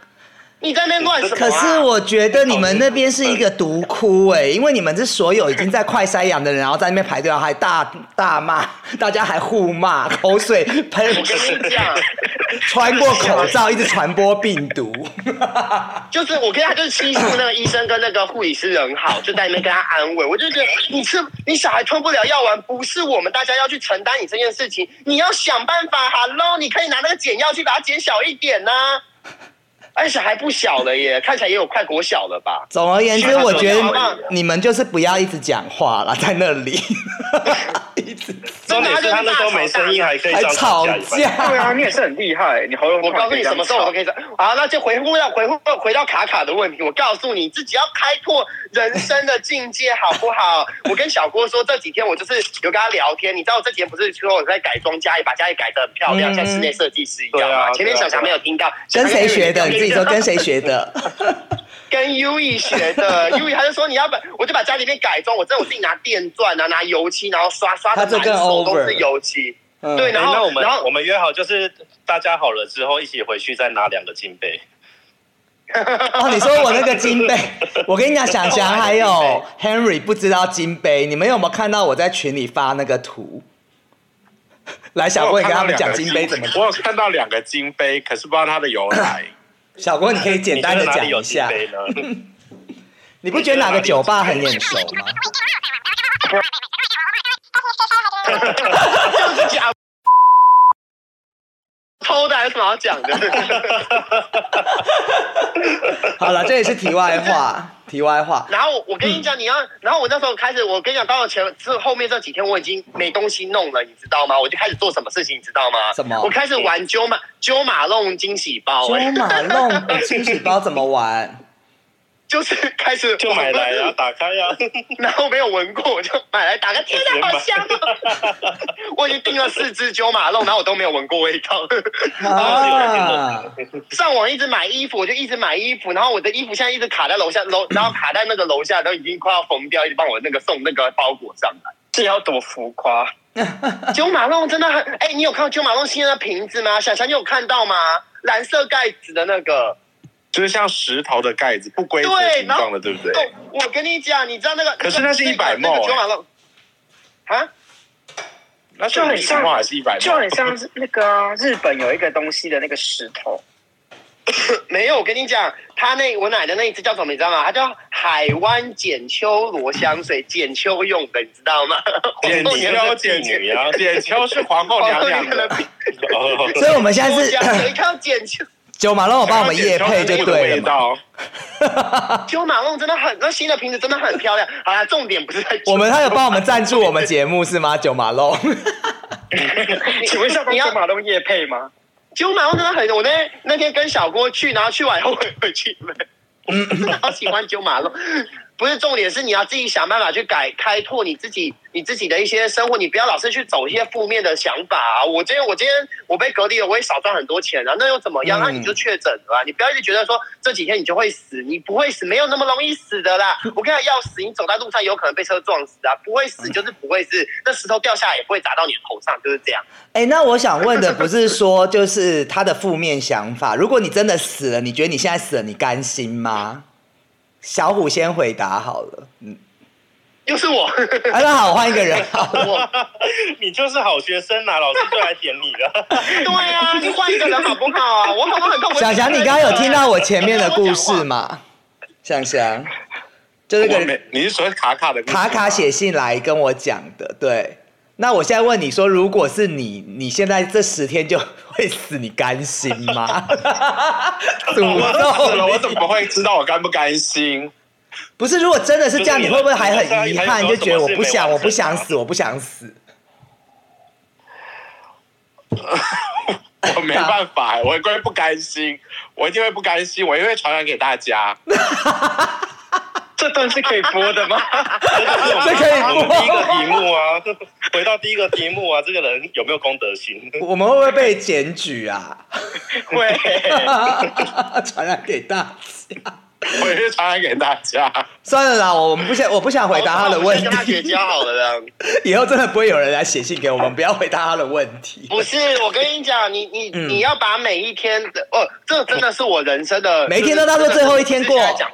C: 你在那边乱什 么、啊？”
A: 可是我觉得你们那边是一个毒窟哎、因为你们是所有已经在快塞阳的人，然后在那边排队，然后还大大骂， 大家还互骂，口水喷，
C: 我跟你讲，
A: 穿过口罩一直传播病毒。
C: 就是我跟他就是欺负那个医生跟那个护理师人好，就在那边跟他安慰。我就觉得你吃你小孩吞不了药丸，不是我们大家要去承担你这件事情，你要想办法。Hello，你可以拿那个减药去把它减小一点呐、而且小孩不小了耶，看起来也有快国小了吧？
A: 总而言之，
C: 是啊
A: 我觉
C: 是啊
A: 得你们就是不要一直讲话了，在那 里一直
B: 重点是他那时候没声音，还可以
A: 还
E: 哎
B: 上
A: 吵
B: 架一哎半。
D: 对
A: 架。
D: 啊，你也是很厉害，你喉咙
C: 我告诉你什么时候我都可
D: 以
C: 以上。好，那就回复到回复回到卡卡的问题。我告诉你，自己要开拓人生的境界，好不好？我跟小郭说，这几天我就是有跟他聊天。你知道我这几天不是说我在改装家里，把家里改得很漂亮，
A: 嗯
C: 像室内设计师一样
B: 对啊
C: 嘛。
B: 对啊
C: 前面小强没有听到，
A: 跟谁学的？
C: 小强
A: 你自己说跟谁学的？
C: 跟 Uyi 学的。Uyi 他就说你要把，我就把家里面改装，我真的我自己拿电钻啊，拿油漆，然后刷刷
A: 他
C: 的
A: 这
C: 满
A: 更
C: 手都
A: over
C: 是油漆。
A: 嗯
C: 对，
B: 哎
C: 然
B: 那
C: 后
B: 我们
C: 然后
B: 我们约好就是大家好了之后一起回去再拿两个金杯。
A: 哦，你说我那个金杯， 我跟你讲，想想还有 Henry 不知道金杯，你们有没有看到我在群里发那个图？ 来，小郭，你跟他们讲金杯怎么？
E: 我有看到两个金杯，可是不知道它的由来。
A: 小郭，你可以简单的
B: 你觉得哪
A: 讲
B: 里有
A: 一
B: 金
A: 下。
B: 杯呢？
A: 你不觉得哪个酒吧很眼熟吗？
C: 就是假 偷的，还有什么好讲的？
A: 好了，这也是题外话， 题外话。
C: 然后我跟你讲，你要，然后我那时候开始，我跟你讲，到了前这后面这几天，我已经没东西弄了，你知道吗？我就开始做什么事情，你知道吗？
A: 什么
C: 我开始玩九马九马弄惊喜包、
A: 九
C: 哎，
A: 马弄惊喜包怎么 玩？
C: 就是开始
B: 就买来啊，打开啊。
C: 然后没有闻过，我就买来打开，天哪，好香哦！ 我已经订了四只九马弄，然后我都没有闻过味道。
A: 啊，
C: 上网一直买衣服，我就一直买衣服，然后我的衣服现在一直卡在楼下楼， 然后卡在那个楼下，都已经快要疯掉，一直帮我那个送那个包裹上来。
D: 是要多浮夸。
E: 啊
C: 九马弄真的很，哎、你有看到九马弄新的瓶子吗？小强，你有看到吗？蓝色盖子的那个，
E: 就是像石头的盖子，不规则
C: 对
E: 形状的，对不对？
C: 哦，我跟你讲，你知道那个，
E: 可是那是100
C: 那个
E: 梦
C: 九马弄，
E: 哎
C: 啊，
E: 那是五十还是一百？
D: 就很像是那个啊、日本有一个东西的那个石 头，
C: 没有，我跟你讲，他那我奶的那一只叫什么，你知道吗？它叫海湾剪秋罗香水，剪秋用的，你知道吗？
E: 剪秋，
B: 妓
E: 剪
B: 女
E: 秋，
B: 啊。
E: 剪秋是皇后娘娘的。
B: 哦，
A: 所以我们现在
C: 罗
A: 是
C: 香 水，看到剪秋。
A: 九马弄，我帮我们夜
E: 夜
A: 配就对了
E: 味
A: 嘛。
E: 道，
C: 九马弄真的很，那新的瓶子真的很漂亮。好啦，重点不是在
A: 我们他有帮我们赞助我们节目是吗？九马弄，
D: 请问 一下，
C: 你
D: 帮
C: 要
D: 九马龙夜配吗？
C: 九马弄真的很，我那那天跟小郭去，然后去完以后回回去买。好喜欢九马弄，不是重点，是你要自己想办法去改开拓你自己你自己的一些生活，你不要老是去走一些负面的想法啊。我今天我今天我被隔离了，我也少赚很多钱啊，那又怎么样？
A: 嗯
C: 那你就确诊了啊、你不要一直觉得说这几天你就会死，你不会死，没有那么容易死的啦。我跟你讲，要死你走在路上有可能被车撞死啊，不会死就是不会死，那石头掉下来也不会砸到你的头上，就是这样。
A: 哎，那我想 问的不是说就是他的负面想法，如果你真的死了，你觉得你现在死了，你甘心吗？小虎先回答好了。 嗯，
C: 又是我，
A: 啊，那好，换一个人好了。
B: 你就是好学生呐、老师就来点你了。
C: 对啊，你换一个人好不好啊？我好不好很痛苦？
A: 想想，你刚刚有听到我前面的故事吗？想想，就那
E: 我
A: 个
E: 没
A: 人，
E: 你是说卡卡的故事吗
A: 卡卡写信来跟我讲的，对。那我现在问你说，如果是你，你现在这十天就会死，你甘心吗？诅
E: 我死了，
A: 咒
E: 我
A: 你
E: 怎么会知道我甘不甘心？
A: 不是，如果真的是这样，
B: 就
A: 你
B: 是你
A: 会不会还
B: 你现在
A: 很遗
B: 还
A: 憾，
B: 有
A: 就觉得我不想，
B: 什
A: 我
B: 么事没完成啊
A: 不想死，我不想死？
E: 我没办 法，我一定会不甘心，我一定会不甘心，我一定会传染给大 家。
D: 这段是可以播的吗？
A: 这可以
B: 我们
A: 播
B: 第一个题目啊，回到第一个题目啊，这个人有没有公德心？
A: 我们会不会被检举啊？
D: 会，
A: 传染给大家。
E: 我也是传染给大家。
A: 算了啦，我我们不想，我不想回答他的问
C: 我先跟他绝
A: 题。
C: 交好了啦。
A: 以后真的不会有人来写信给我们，不要回答他的问题。
C: 不是，我跟你讲，你你、
A: 嗯
C: 你要把每一天的，哦，这真的是我人生的，
A: 每一天都当作最后一天过
C: 就是这样讲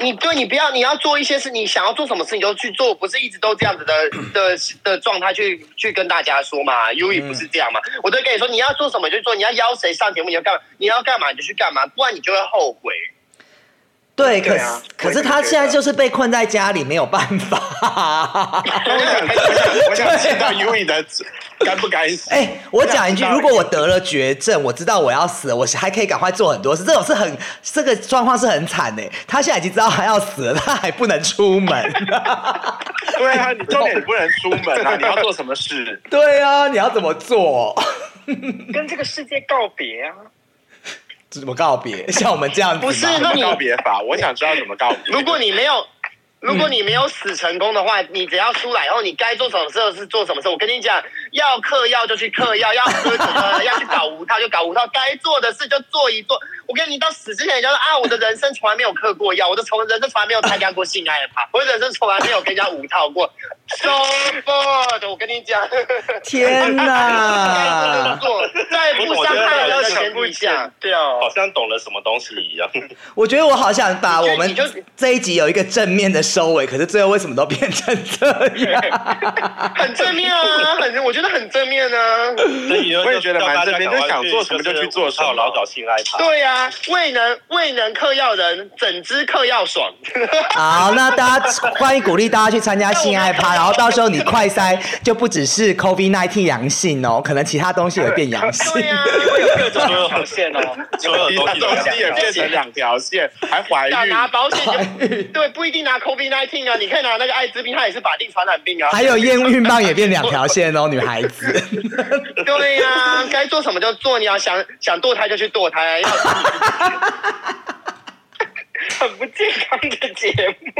C: 你对你不要，你要做一些事，你想要做什么事你就去做，不是一直都这样子的
A: 嗯
C: 的的状态去去跟大家说嘛。U 也不
A: 嗯
C: 是这样嘛，我都跟你说你要做什么就做，你要邀谁上节目你要干嘛，你要干嘛你就去干嘛，不然你就会后悔。
A: 对，可
D: 对
A: 是
D: 啊
A: 可是
D: 我也
A: 他
D: 觉得
A: 现在就是被困在家里，没有办法。
E: 我想，我想，我想知道 U 的甘不甘心。
A: 哎、我讲一句，
E: 我想知道
A: 如果我得了绝症，我知道我要死了，我还可以赶快做很多事。这种是很这个状况是很惨的、他现在已经知道他要死了，他还不能出门。
E: 对啊，你重点你不能出 门啊，你要做什么事？
A: 对啊，你要怎么做？
D: 跟这个世界告别啊！
A: 怎么告 别？像我们这样子吗
C: 不是
E: 什
C: 那
E: 么
C: 你
E: 告别法？我想知道怎么告别。
C: 如果你没有，如果你没有死成功的话，你只要出来以后，你该做什么事是做什么事。我跟你讲，要嗑药就去嗑药，要喝酒就喝要去搞无套就搞无套，该做的事就做一做。我跟你到死之前，你就说啊，我的人生从来没有嗑过药，我的从人生从来没有参加过性爱的趴， 我的人生从来没有跟人家无套过。So good，我跟你讲，
A: 天 哪！
C: 做在不伤害人的前提下。
B: 好
D: 掉，
B: 像懂了什么东西一 样。
A: 我觉得我好想把我们
C: 你就你就
A: 这一集有一个正面的收尾，可是最后为什么都变成这 样？
C: 很正面啊，很我觉得很正面啊。
B: 所以
E: 我也觉得蛮正面
B: 就
E: 就想做什么就去做什么
B: 老搞性爱 他。
C: 对呀、啊，未能未能嗑药人，整支嗑 药爽。
A: 好，那大家欢迎鼓励大家去参加性爱趴，然后到时候你快筛就不只是 COVID 1 9阳性哦，可能其他东西也会变阳性
C: 对。呀、
D: 会有各种出现哦。
B: 所有
E: 其他
B: 东西都
E: 东西也
B: 想
E: 变成两条线，还怀
C: 啊，
E: 孕。
C: 拿保险就对，不一定拿 COVID 19啊，你可以拿那个艾滋病，它也是法定传染病啊。
A: 还有验孕棒也变两条线哦，女孩 子。
C: 对呀、该做什么就做，你要想想堕胎就去堕 胎、要
D: 很不健康的节目，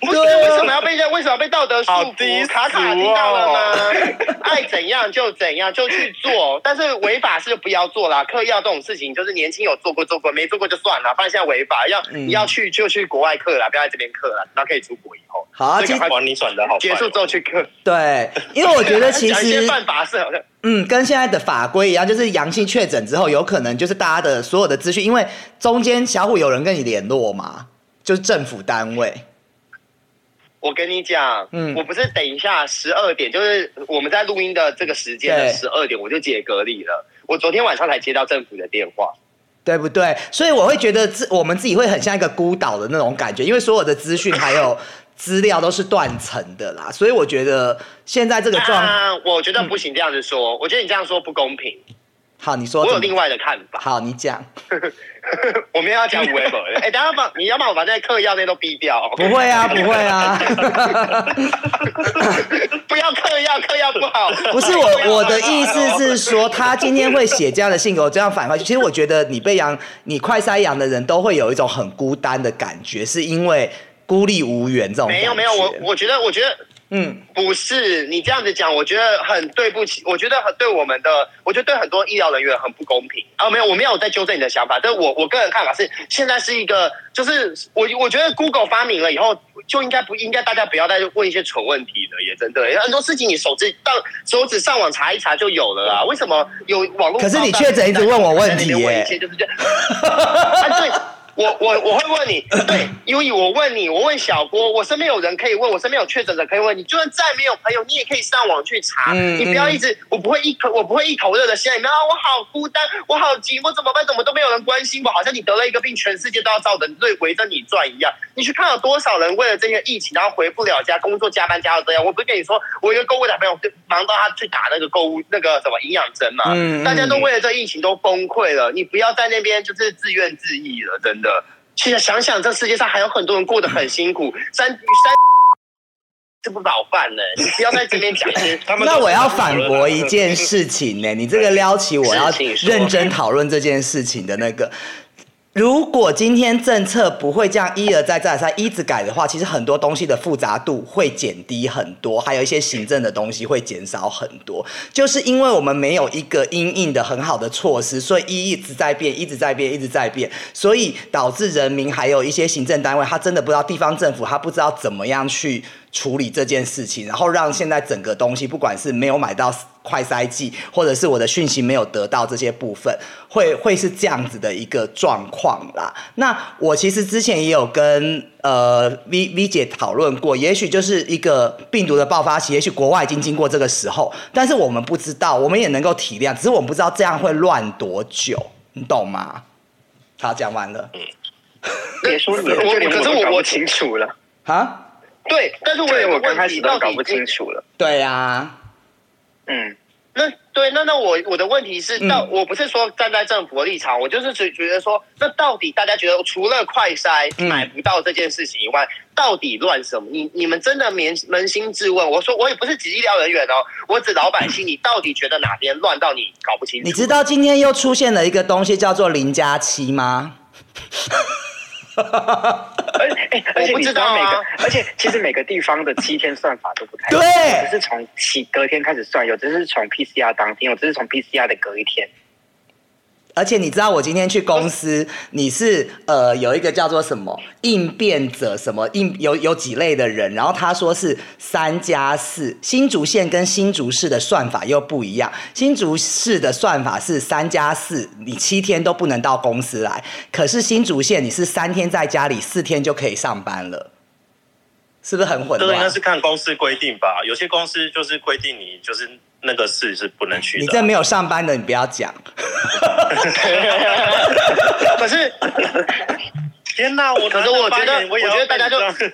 C: 不是
A: 对啊
C: 为什么要被人为什么要被道德束
E: 好低
C: 缚？
E: 俗哦
C: 卡卡听到了吗？ 爱怎样就怎样，就去做，但是违法事就不要做啦。嗑药这种事情，就是年轻有做过做过，没做过就算了，反正现在违法，要、
A: 嗯
C: 你要去就去国外嗑啦，不要在这边嗑啦，然后可以出国以后
A: 好啊，其
B: 这个管你转的好快哦，
C: 结束之后去嗑。
A: 对，因为我觉得其
C: 讲一些
A: 实
C: 犯法事好像。
A: 嗯，跟现在的法规一样，就是阳性确诊之后，有可能就是大家的所有的资讯，因为中间小虎有人跟你联络嘛，就是政府单位。
C: 我跟你讲，
A: 嗯
C: 我不是等一下十二点，就是我们在录音的这个时间的
A: 对
C: 十二点，我就解隔离了。我昨天晚上才接到政府的电话，
A: 对不对？所以我会觉得自我们自己会很像一个孤岛的那种感觉，因为所有的资讯还有 资料都是断层的啦。所以我觉得现在这个状，
C: 啊，我觉得不行这样子说，我觉得你这样说不公平。
A: 好，你说
C: 我有
A: 怎么？
C: 另外的看法，
A: 好，你讲。
C: 我们要讲 微博。哎、等一下把你要把我把那些嗑药那都逼掉，
A: 不会啊，不会啊，
C: 不要嗑药，嗑药不好。
A: 不是我我的意思是说，他今天会写这样的信给我，这样反馈。其实我觉得你被阳，你快塞阳的人都会有一种很孤单的感觉，是因为孤立无援这种感觉。
C: 没有没有，我我觉得我觉得
A: 嗯
C: 不是你这样子讲，我觉得很对不起，我觉得很对我们的，我觉得对很多医疗人员很不公平啊！没有，我没有在纠正你的想法，但我我个人看法是，现在是一个，就是我我觉得 Google 发明了以后，就应该不应该大家不要再问一些蠢问题了，也真的很多事情你手指当手指上网查一查就有了啊！为什么有网络？
A: 可是你确诊一直问我问题耶
C: 在那边问一些就是这样啊对。我我我会问你，对，因为我问你，我问小郭，我身边有人可以问，我身边有确诊者可以问你，就算再没有朋友，你也可以上网去查，
A: 嗯
C: 你不要一直，我不会一口我不会一口热的陷在里面啊，我好孤单，我好寂寞，怎么办？怎么都没有人关心我，好像你得了一个病，全世界都要照着对围着你转一样。你去看有多少人为了这些疫情，然后回不了家，工作加班加到这样。我不是跟你说，我一个购物的朋友忙到他去打那个购物那个什么营养针嘛，
A: 嗯嗯
C: 大家都为了这疫情都崩溃了，你不要在那边就是自怨自艾了，真的。其实想想，这世界上还有很多人过得很辛苦，三三吃不饱饭呢。你不要在这边讲一 些
B: 他们都
A: 那
B: 是
A: 我要
B: 很讨
A: 反
B: 论啊的
A: 驳一件事情呢、你这个撩起我要
D: 是请说
A: 认真讨论这件事情的那个。如果今天政策不会这样一而再再而三一直改的话，其实很多东西的复杂度会减低很多，还有一些行政的东西会减少很多。就是因为我们没有一个因应的很好的措施，所以一一直在变，一直在变，一直在变，所以导致人民还有一些行政单位，他真的不知道地方政府，他不知道怎么样去处理这件事情，然后让现在整个东西，不管是没有买到快筛剂，或者是我的讯息没有得到这些部分，会会是这样子的一个状况啦。那我其实之前也有跟呃 V V 姐讨论过，也许就是一个病毒的爆发期，也许国外已经经过这个时候，但是我们不知道，我们也能够体谅，只是我们不知道这样会乱多久，你懂吗？好，讲完了
D: 别说你了，
C: 我
D: 就连
C: 可是
D: 都
C: 我
D: 搞
C: 我
D: 不清楚了，
A: 啊？
C: 对，但是我
D: 就
C: 有
D: 连
C: 个
D: 我刚开
C: 问题，
D: 始都
C: 到
D: 搞
C: 底
D: 不清楚了。
A: 对啊呀、
D: 嗯，
C: 那对，那那我我的问题是，
A: 嗯
C: 到、我不是说站在政府的立场，我就是只觉得说，那到底大家觉得除了快筛
A: 嗯
C: 买不到这件事情以外，到底乱什么？你你们真的扪扪心自问，我说我也不是指医疗人员哦，我指老百姓，你到底觉得哪边乱到你搞不 清楚？
A: 你知道今天又出现了一个东西叫做零加七吗？
D: 而哎，而且
C: 我不
D: 你
C: 知
D: 知
C: 道
D: 道每
C: 啊
D: 个，而且其实每个地方的七天算法都不太一
A: 对
D: 样，有的是从起隔天开始算，有的是从 PCR 当天，有的是从 PCR 的隔一天。
A: 而且你知道我今天去公司，你是呃有一个叫做什么应变者什么应有有几类的人，然后他说是三加四，新竹县跟新竹市的算法又不一样，新竹市的算法是三加四，你七天都不能到公司来，可是新竹县你是三天在家里，四天就可以上班了，是不是很混
B: 这个应该
A: 乱
B: 是？看公司规定吧，有些公司就是规定你就是那个事是不能去
A: 你
B: 的。
A: 这没有上班的，你不要讲。
C: 可是
B: 天哪，我
C: 可是我觉得
B: 拿着发言也要
C: 我觉得大家就
B: 被你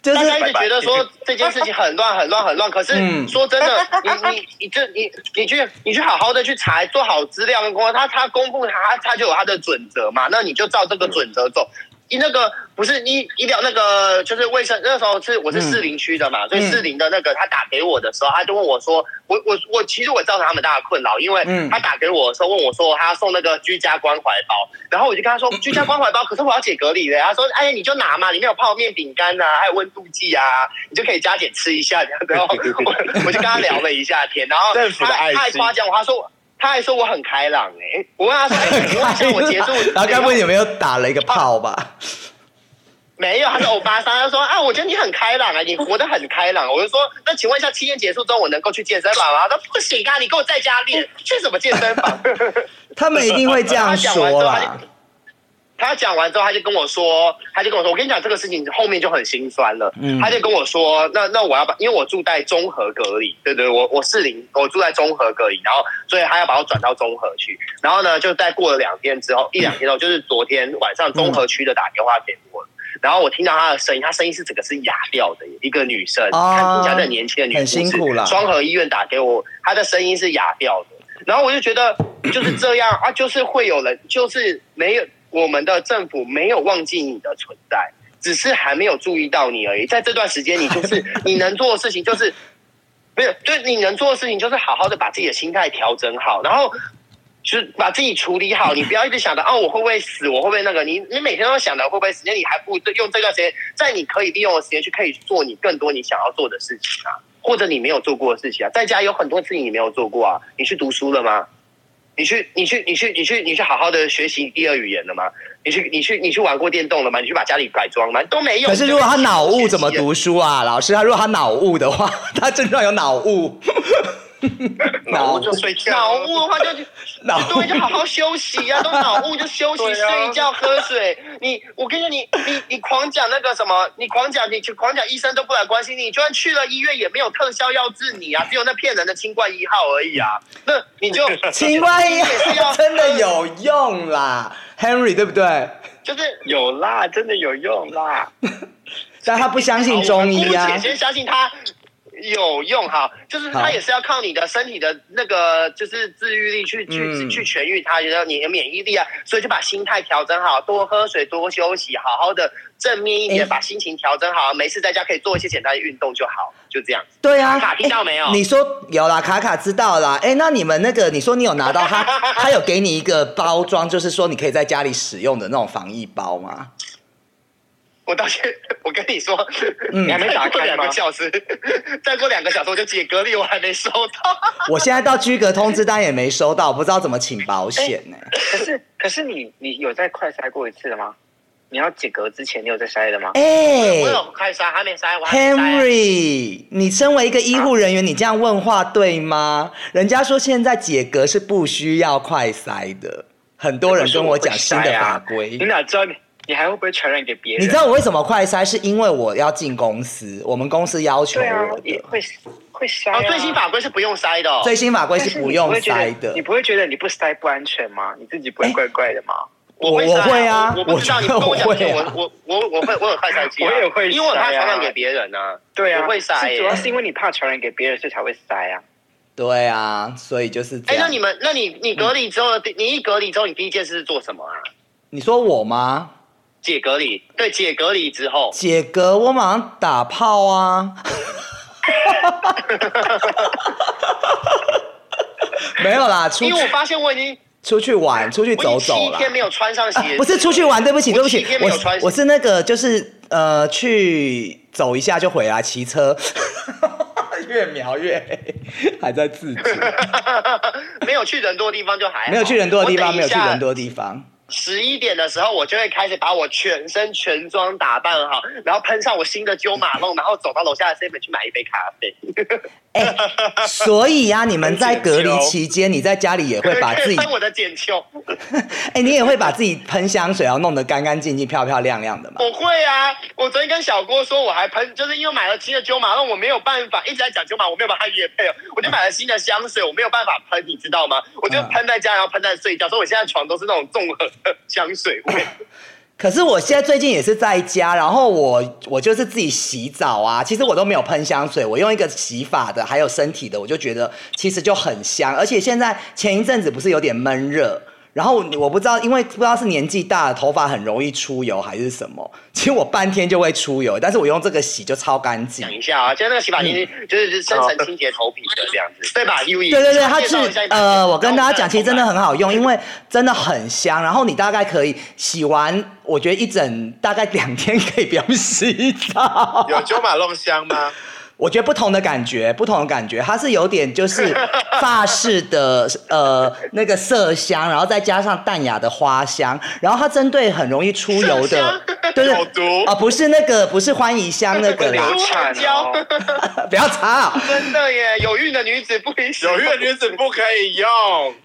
B: 这样
A: 就是
C: 大家一直觉得说这件事情很乱很乱很乱，可是
A: 嗯
C: 说真的，你你你这你你去你去好好的去查，做好资料跟工作，他他公布他他就有他的准则嘛，那你就照这个准则走。你那个不是医医疗那个就是卫生那时候是
A: 嗯
C: 我是士林区的嘛，所以士林的那个他打给我的时候，他就问我说，我我我其实我造成他们大的困扰，因为
A: 嗯
C: 他打给我的时候问我说他要送那个居家关怀包，然后我就跟他
A: 嗯
C: 说居家关怀包，可是我要解隔离的，他说哎呀你就拿嘛，里面有泡面、饼干啊，还有温度计啊，你就可以加减吃一下，然后 我我就跟他聊了一下天，然后
E: 政府的
C: 他
E: 爱
C: 他还
E: 心
C: 夸奖我，他说他还说我很开朗哎、我问他说哎，你问一下我结束
A: ，然后该不会有没有打了一个炮吧？
C: 没有，他是欧巴桑。他说啊，我觉得你很开朗啊，你活得很开朗。啊我就说，那请问一下，七天结束之后我能够去健身房吗？他说不行啊，你给我在家练，去什么健身房？
A: 他们一定会这样说啦。
C: 他讲完之后，他就跟我说，他就跟我说，我跟你讲这个事情后面就很心酸了。
A: 嗯
C: 他就跟我说，那那我要把，因为我住在综合隔离，对对，我我是零，我住在综合隔离，然后所以他要把我转到综合区。然后呢，就在过了两天之后，一两天之后，就是昨天晚上综合区的打电话给我。然后我听到她的声音，她声音是整个是哑掉的，一个女生，
A: 啊
C: 看听起来是很年轻的女护
A: 很
C: 士，
A: 辛苦啦
C: 双河医院打给我，她的声音是哑掉的。然后我就觉 得就是这样啊，就是会有人，就是没有我们的政府没有忘记你的存在，只是还没有注意到你而已。在这段时间，你就是你能做的事情就是。没有，对你能做的事情就是好好的把自己的心态调整好，然后就是把自己处理好，你不要一直想着哦，我会不会死，我会不会那个，你你每天都想着会不会死，那你还不如用这段时间，在你可以利用的时间去可以做你更多你想要做的事情啊，或者你没有做过的事情啊，在家有很多事情你没有做过啊，你去读书了吗？你去你去你去你去你去好好的学习第二语言了吗？你去你去你去玩过电动了吗？你去把家里改装了吗？都没有。
A: 可是如果他脑雾怎么
C: 学习 了？
A: 读书啊？老师，他如果他脑雾的话， 他症状有脑 雾，
E: 脑雾就睡觉，
C: 脑雾的话就去
A: 脑雾
C: 对，就好好 休息呀、都脑雾就休息、
E: 对啊
C: 睡觉、喝水。你，我跟你说，你你你狂讲那个什么，你狂讲，你去狂讲，医生都不来关心你，就算去了医院也没有特效药治你啊，只有那骗人的清冠一号而已啊。那 你就
A: 青蛙一
C: 也是要
A: 真的有用啦，Henry 对不对？
C: 就是。
D: 有啦，真的有用啦。
A: 但他不相信中医
C: 好我
A: 啊
C: 们姑且。先相信它有用哈，就是
A: 好
C: 它也是要靠你的身体的那个就是自愈力去去、
A: 嗯
C: 去痊愈它，然后你的免疫力啊，所以就把心态调整好，多喝水，多休息，好好的正面一点，
A: 哎
C: 把心情调整好，没事在家可以做一些简单的运动就好，就这样。
A: 对啊，
C: 卡听到没有
A: 哎你说有啦，卡卡知道啦。哎，那你们那个，你说你有拿到 他，他有给你一个包装，就是说你可以在家里使用的那种防疫包吗？
C: 我到现，我跟你说，
A: 嗯
C: 你还没打
D: 再过
C: 开两
D: 两个
C: 个小时， 再过两个小时我就解隔离，我还没收到。
A: 我现在到居格通知单也没收到，不知道怎么请保险呢、
D: 可是可是你你有在快筛过一次了吗？你要解隔之前，你有在筛的吗？
A: 哎、
C: 我有开筛，还没筛，我还没筛啊。
A: Henry，你身为一个医护人员，你这样问话对吗？人家说现在解隔是不需要快筛的，很多人跟我讲新的法规。
D: 啊你哪知道你你还会不会传染给别人？
A: 你知道我为什么快筛？是因为我要进公司，我们公司要求
D: 对啊
A: 我，的
D: 也。会会筛、啊
C: 哦，最新法规是不用筛的、哦。
A: 最新法规
D: 但
A: 是
D: 是
A: 不用
D: 你会觉得
A: 筛的
D: 你。不会觉得你不筛不安全吗？你自己不
A: 哎
D: 会怪怪的吗？
A: 我
C: 会
A: 我
C: 我
A: 会啊
C: 我不知道
A: 我
C: 你
A: 觉
C: 跟
A: 得
C: 我讲
A: 我
C: 清楚，
A: 会啊
C: 我我我我会我有快筛机啊，
D: 我也会
C: 因为我怕
D: 筛啊
C: 传染给别人啊。
D: 对啊，
C: 我会哎筛
D: 是
C: 耶
D: 主要是因为你怕传染给别人，所以才会筛啊。
A: 对啊，所以就是这
C: 哎，
A: 样。嗯
C: 那你们，那你你隔离之后，第你一隔离之后，你第一件事是做什么啊？
A: 你说我吗？
C: 解隔离，对，解隔离之后，
A: 解隔，我马上打炮 啊！没有啦，出
C: 因为我发现我已经
A: 出去玩，出去
C: 我已
A: 走
C: 经
A: 走
C: 七
A: 啦。
C: 天没有穿上
A: 啊
C: 鞋，
A: 不是出去玩，对不起，
C: 我
A: 对不起
C: 七天，没
A: 我
C: 有
A: 是
C: 穿
A: 我是那个就是呃去走一下就回来，骑车， 越描越黑，还在自 己，
C: 没有去人多的地方就还好
A: 没有去人多的地方，没有去人。多的地方。
C: 十一点的时候，我就会开始把我全身全装打扮好，然后喷上我新的鸠马弄，然后走到楼下的 seven 去买一杯咖啡。
A: 哎，所以呀、你们在隔离期间，你在家里也会把自己
C: 看我的剪秋。
A: 哎，你也会把自己喷香水，然后弄得干干净净、漂漂亮亮的嘛？
C: 我会啊，我昨天跟小郭说，我还喷，就是因为买了新的九马，那我没有办法一直在讲九马，我没有把它约配哦，我就买了新的香水，我没有办法喷，你知道吗？我
A: 啊
C: 就喷在家，然后喷在睡觉，所以我现在床都是那种综合的香水味。
A: 可是我现在最近也是在家，然后我我就是自己洗澡啊，其实我都没有喷香水，我用一个洗发的，还有身体的，我就觉得其实就很香。而且现在前一阵子不是有点闷热，然后我不知道，因为不知道是年纪大了，头发很容易出油还是什么，其实我半天就会出油，但是我用这个洗就超干净
C: 讲。一下啊，就是那个洗发精就是深层清洁头皮的这样子，对吧？U E，
A: 嗯对对对，它是呃，我跟大家讲，其实真的 很好用，因为真的很香。然后你大概可以洗完，我觉得一整大概两天可以不要洗澡。
E: 有九马弄香吗？
A: 我觉得不同的感觉，不同的感觉，它是有点就是 法式的呃那个麝香，然后再加上淡雅的花香，然后它针对很容易出油
C: 麝香，
A: 的，对 对
E: 有毒
A: 啊，不是那个不是欢宜香那个啦
D: 流产哦，
A: 不要啊吵。
C: 真的耶，有孕的女子不允许
E: 有月女子不可以用，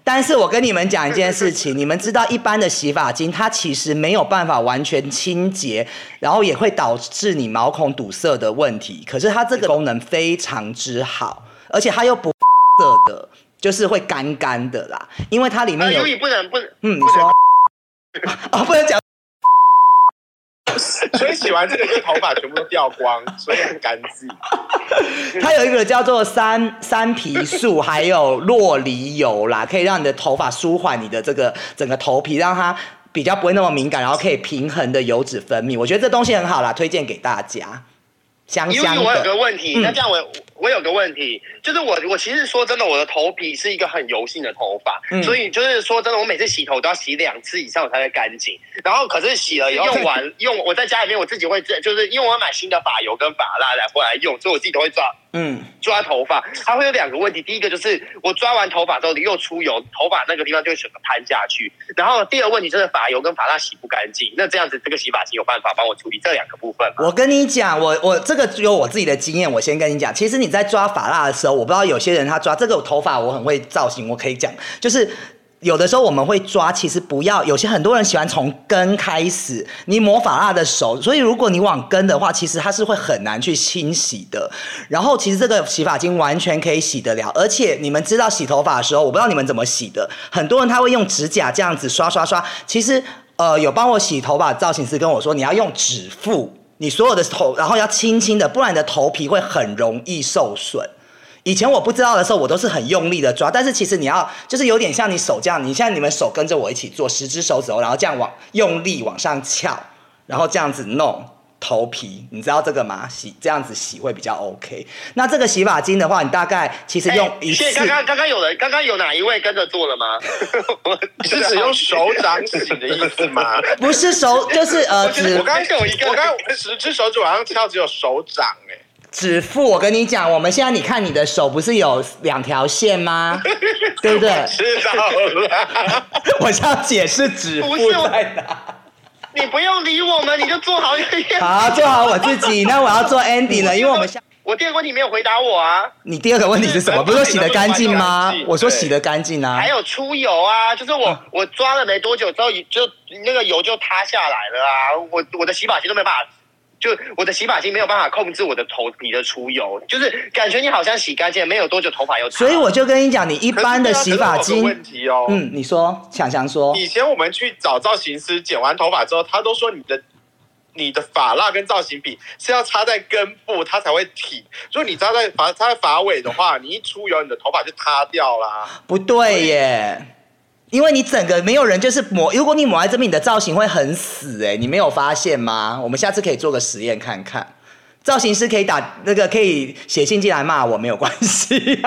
A: 但是我跟你们讲一件事情，你们知道一般的洗发精它其实没有办法完全清洁，然后也会导致你毛孔堵塞的问题。可是它这个功能非常之好，而且它又不色的，就是会干干的啦，因为它里面有
C: ，U E 不能不能，
A: 嗯，你说啊、不 能讲
E: 所以洗完这个就头发全部都掉光，所以很干 净。
A: 它有一个叫做三三皮素，还有洛梨油啦，可以让你的头发舒缓你的这个整个头皮，让它比较不会那么敏感，然后可以平衡的油脂分泌。我觉得这东西很好啦，推荐给大家。香
C: 因为
A: 香
C: 我有个
A: 的，
C: 问题，
A: 嗯
C: 那这样我我有个问题，就是我我其实说真的，我的头皮是一个很油性的头发，
A: 嗯
C: 所以就是说真的，我每次洗头都要洗两次以上我才会干净。然后可是洗了以后用完用，我在家里面我自己会自就是因为我要买新的发油跟发蜡来回来用，所以我自己都会抓
A: 嗯，
C: 抓头发，它会有两个问题。第一个就是我抓完头发之后又出油，头发那个地方就会整个摊下去。然后第二个问题就是发油跟发蜡洗不干净。那这样子，这个洗发精有办法帮我处理这两个部分吗？
A: 我跟你讲，我我这个只有我自己的经验，我先跟你讲。其实你在抓发蜡的时候，我不知道有些人他抓这个头发，我很会造型，我可以讲，就是。有的时候我们会抓，其实不要。有些很多人喜欢从根开始，你抹发蜡的手，所以如果你往根的话，其实它是会很难去清洗的。然后其实这个洗发精完全可以洗得了，而且你们知道洗头发的时候，我不知道你们怎么洗的，很多人他会用指甲这样子刷刷刷，其实呃，有帮我洗头发的造型师跟我说，你要用指腹，你所有的头，然后要轻轻的，不然你的头皮会很容易受损。以前我不知道的时候，我都是很用力的抓，但是其实你要就是有点像你手这样，你现在你们手跟着我一起做，十只手指头，然后这样往用力往上翘，然后这样子弄头皮，你知道这个吗？洗这样子洗会比较 OK。那这个洗发精的话，你大概其
E: 哎
A: 实用 一次，
C: 谢谢哎刚刚刚刚有人，刚刚有哪一位跟着做了吗？我
E: 你是只用手掌洗的意思 吗？
A: 不是手就是呃指
E: 我刚刚
C: 有一个
E: 我刚刚十只手指往上翘，只有手掌哎、
A: 指腹，我跟你讲，我们现在你看你的手不是有两条线吗？对不对？
E: 知道了。
A: 我是要解释指腹
C: 不是我
A: 在哪。
C: 你不用理我们，你就做好你的业务。
E: 啊
A: 好，做好我自己。那我要做 ending 了，因为我们下
C: 我第二个问题没有回答我啊，
A: 你第二个问题是
E: 哎
A: 什么？不是说洗得干净吗
E: 对？
A: 我说洗得干净啊
C: 还。有出油啊，就是
A: 嗯
C: 我、我抓了没多久之后，就那个油就塌下来了啊，我我的洗发精都没办法。就我的洗发精没有办法控制我的头皮的出油，就是感觉你好像洗干净没有多久头发又塌
A: 所以我就跟你讲，你一般的洗发
E: 可是这样子我有个问，
A: 精
E: 题哦。
A: 嗯，你说，想想说，
E: 以前我们去找造型师剪完头发之后，他都说你的你的发蜡跟造型笔是要插在根部，它才会挺。如果你扎在发插在发尾的话，你一出油，你的头发就塌掉啦。
A: 不对耶。因为你整个没有人就是抹，如果你抹在这边，你的造型会很死哎、你没有发现吗？我们下次可以做个实验看看，造型师可以打那个可以写信进来骂我没有关 系、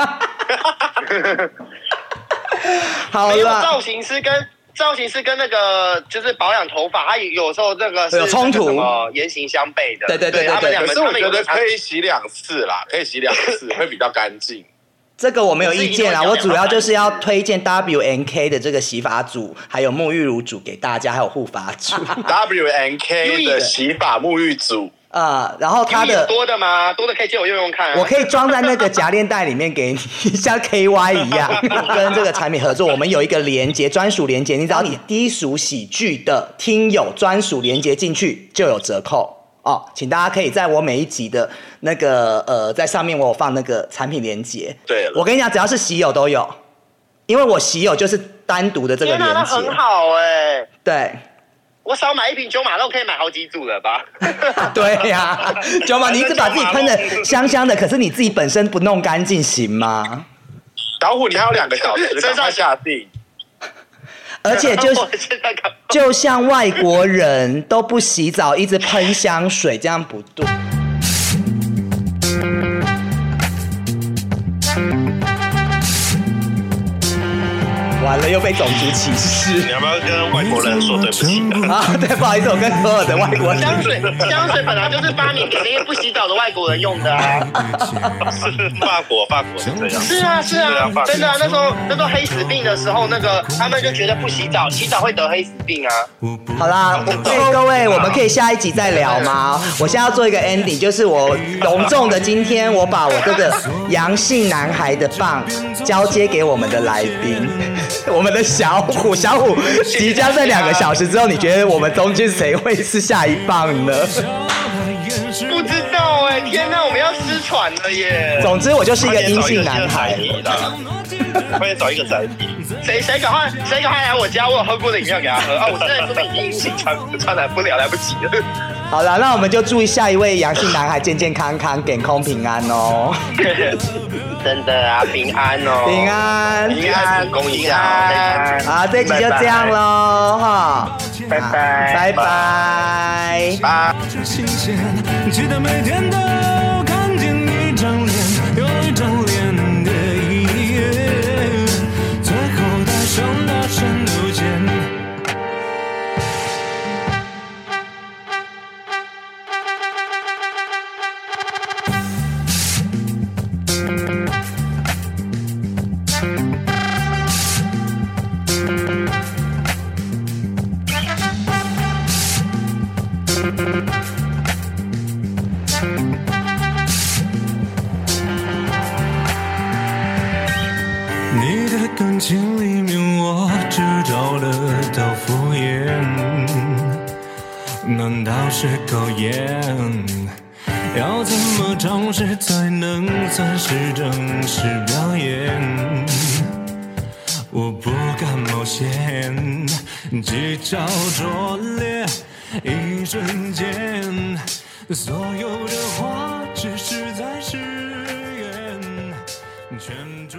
A: 好
C: 没有
A: 了，
C: 造型师跟造型师跟那个就是保养头发，他有时候那个是
A: 有冲突
C: 那个什么言行相悖的。
A: 对对对对
C: 他们
A: 对
C: 两
E: 可
C: 个
E: 是我觉得
C: 他们
E: 可
C: 有
E: 以洗两次啦，可以洗两次会比较干净。
A: 这个我没有意见啦，
C: 我
A: 我
C: 是一定
A: 主
C: 会
A: 要
C: 讲
A: 就是要推荐 W N K 的这个洗发组，还有沐浴乳组给大家，还有护发 组
E: W N
C: 因为
E: K 的洗发沐浴组，
A: 啊、然后它
C: 有有
A: 的
C: 多的吗？多的可以借我用用 看、啊。
A: 我可以装在那个夹链袋里面给你，像 KY 一 样，跟这个产品合作。我们有一个连接，专属连接，你只要你低俗喜剧的听友专属连接进去就有折扣哦。请大家可以在我每一集的那个呃，在上面我有放那个产品连接。
E: 对了
A: 我跟你讲，只要是喜友都有，因为我喜友就是单独的这个
C: 天哪，
A: 连
C: 那
A: 接。
C: 很好哎、
A: 对。
C: 我少买一瓶九马肉可以买好几组了吧？
A: 对呀、九毛，你一直把自己喷的香香的，可是你自己本身不弄干净行吗？
E: 老虎你还有两个小时，
C: 身
E: 赶
C: 上
E: 快下定。
A: 而且就是
C: 我现在 看
A: 就像外国人都不洗澡，一直喷香水，这样不对。完了，又被种族歧
B: 你
A: 视
B: 要不要跟外国人说对不起啊？
A: 啊！对，不好意思，我跟所有的外国人
C: 香水，香水本来就是发明给那些不洗澡的外国人用的啊。
B: 是法国，法国是这样。
C: 是啊，是啊，真的啊、那时候那时候黑死病的时候，那个他们就觉得不洗澡，洗澡会得黑死病啊。
A: 好啦，我所以各位，我们可以下一集再聊吗？我现在要做一个 ending，就是我隆重的今天，我把我这个阳性男孩的棒交接给我们的来宾， 我们的小虎，小虎即将在两个小时之后，你觉得我们中间谁会是下一棒 呢？
C: 不知道哎、天哪，我们要失传了耶！
A: 总之，我就是一
B: 快
A: 个
B: 点
A: 阴
B: 找一
A: 性
B: 个新
A: 男
B: 的
A: 孩
B: 载。体啦，快点找一个载体。
C: 谁谁赶快谁赶快来我家，我有喝过的饮料给他喝啊！我现在真的已经阴 性传传染不了，来不及了。
A: 好了，那我们就祝下一位阳性男孩健健康康、健康平安哦，
C: 真的啊，平安哦，
A: 平，安。
C: 平安，恭喜啊！
A: 好，这集就这样喽，哈，
C: 拜拜
A: 拜拜。
C: 拜。
F: 新鲜，期待每天都看见一张脸。有你的感情里面，我只找得到敷衍，难道是考验？要怎么尝试才能算是正式表演？我不敢冒险，技巧拙劣，一瞬间，所有的话只是在誓言，圈住。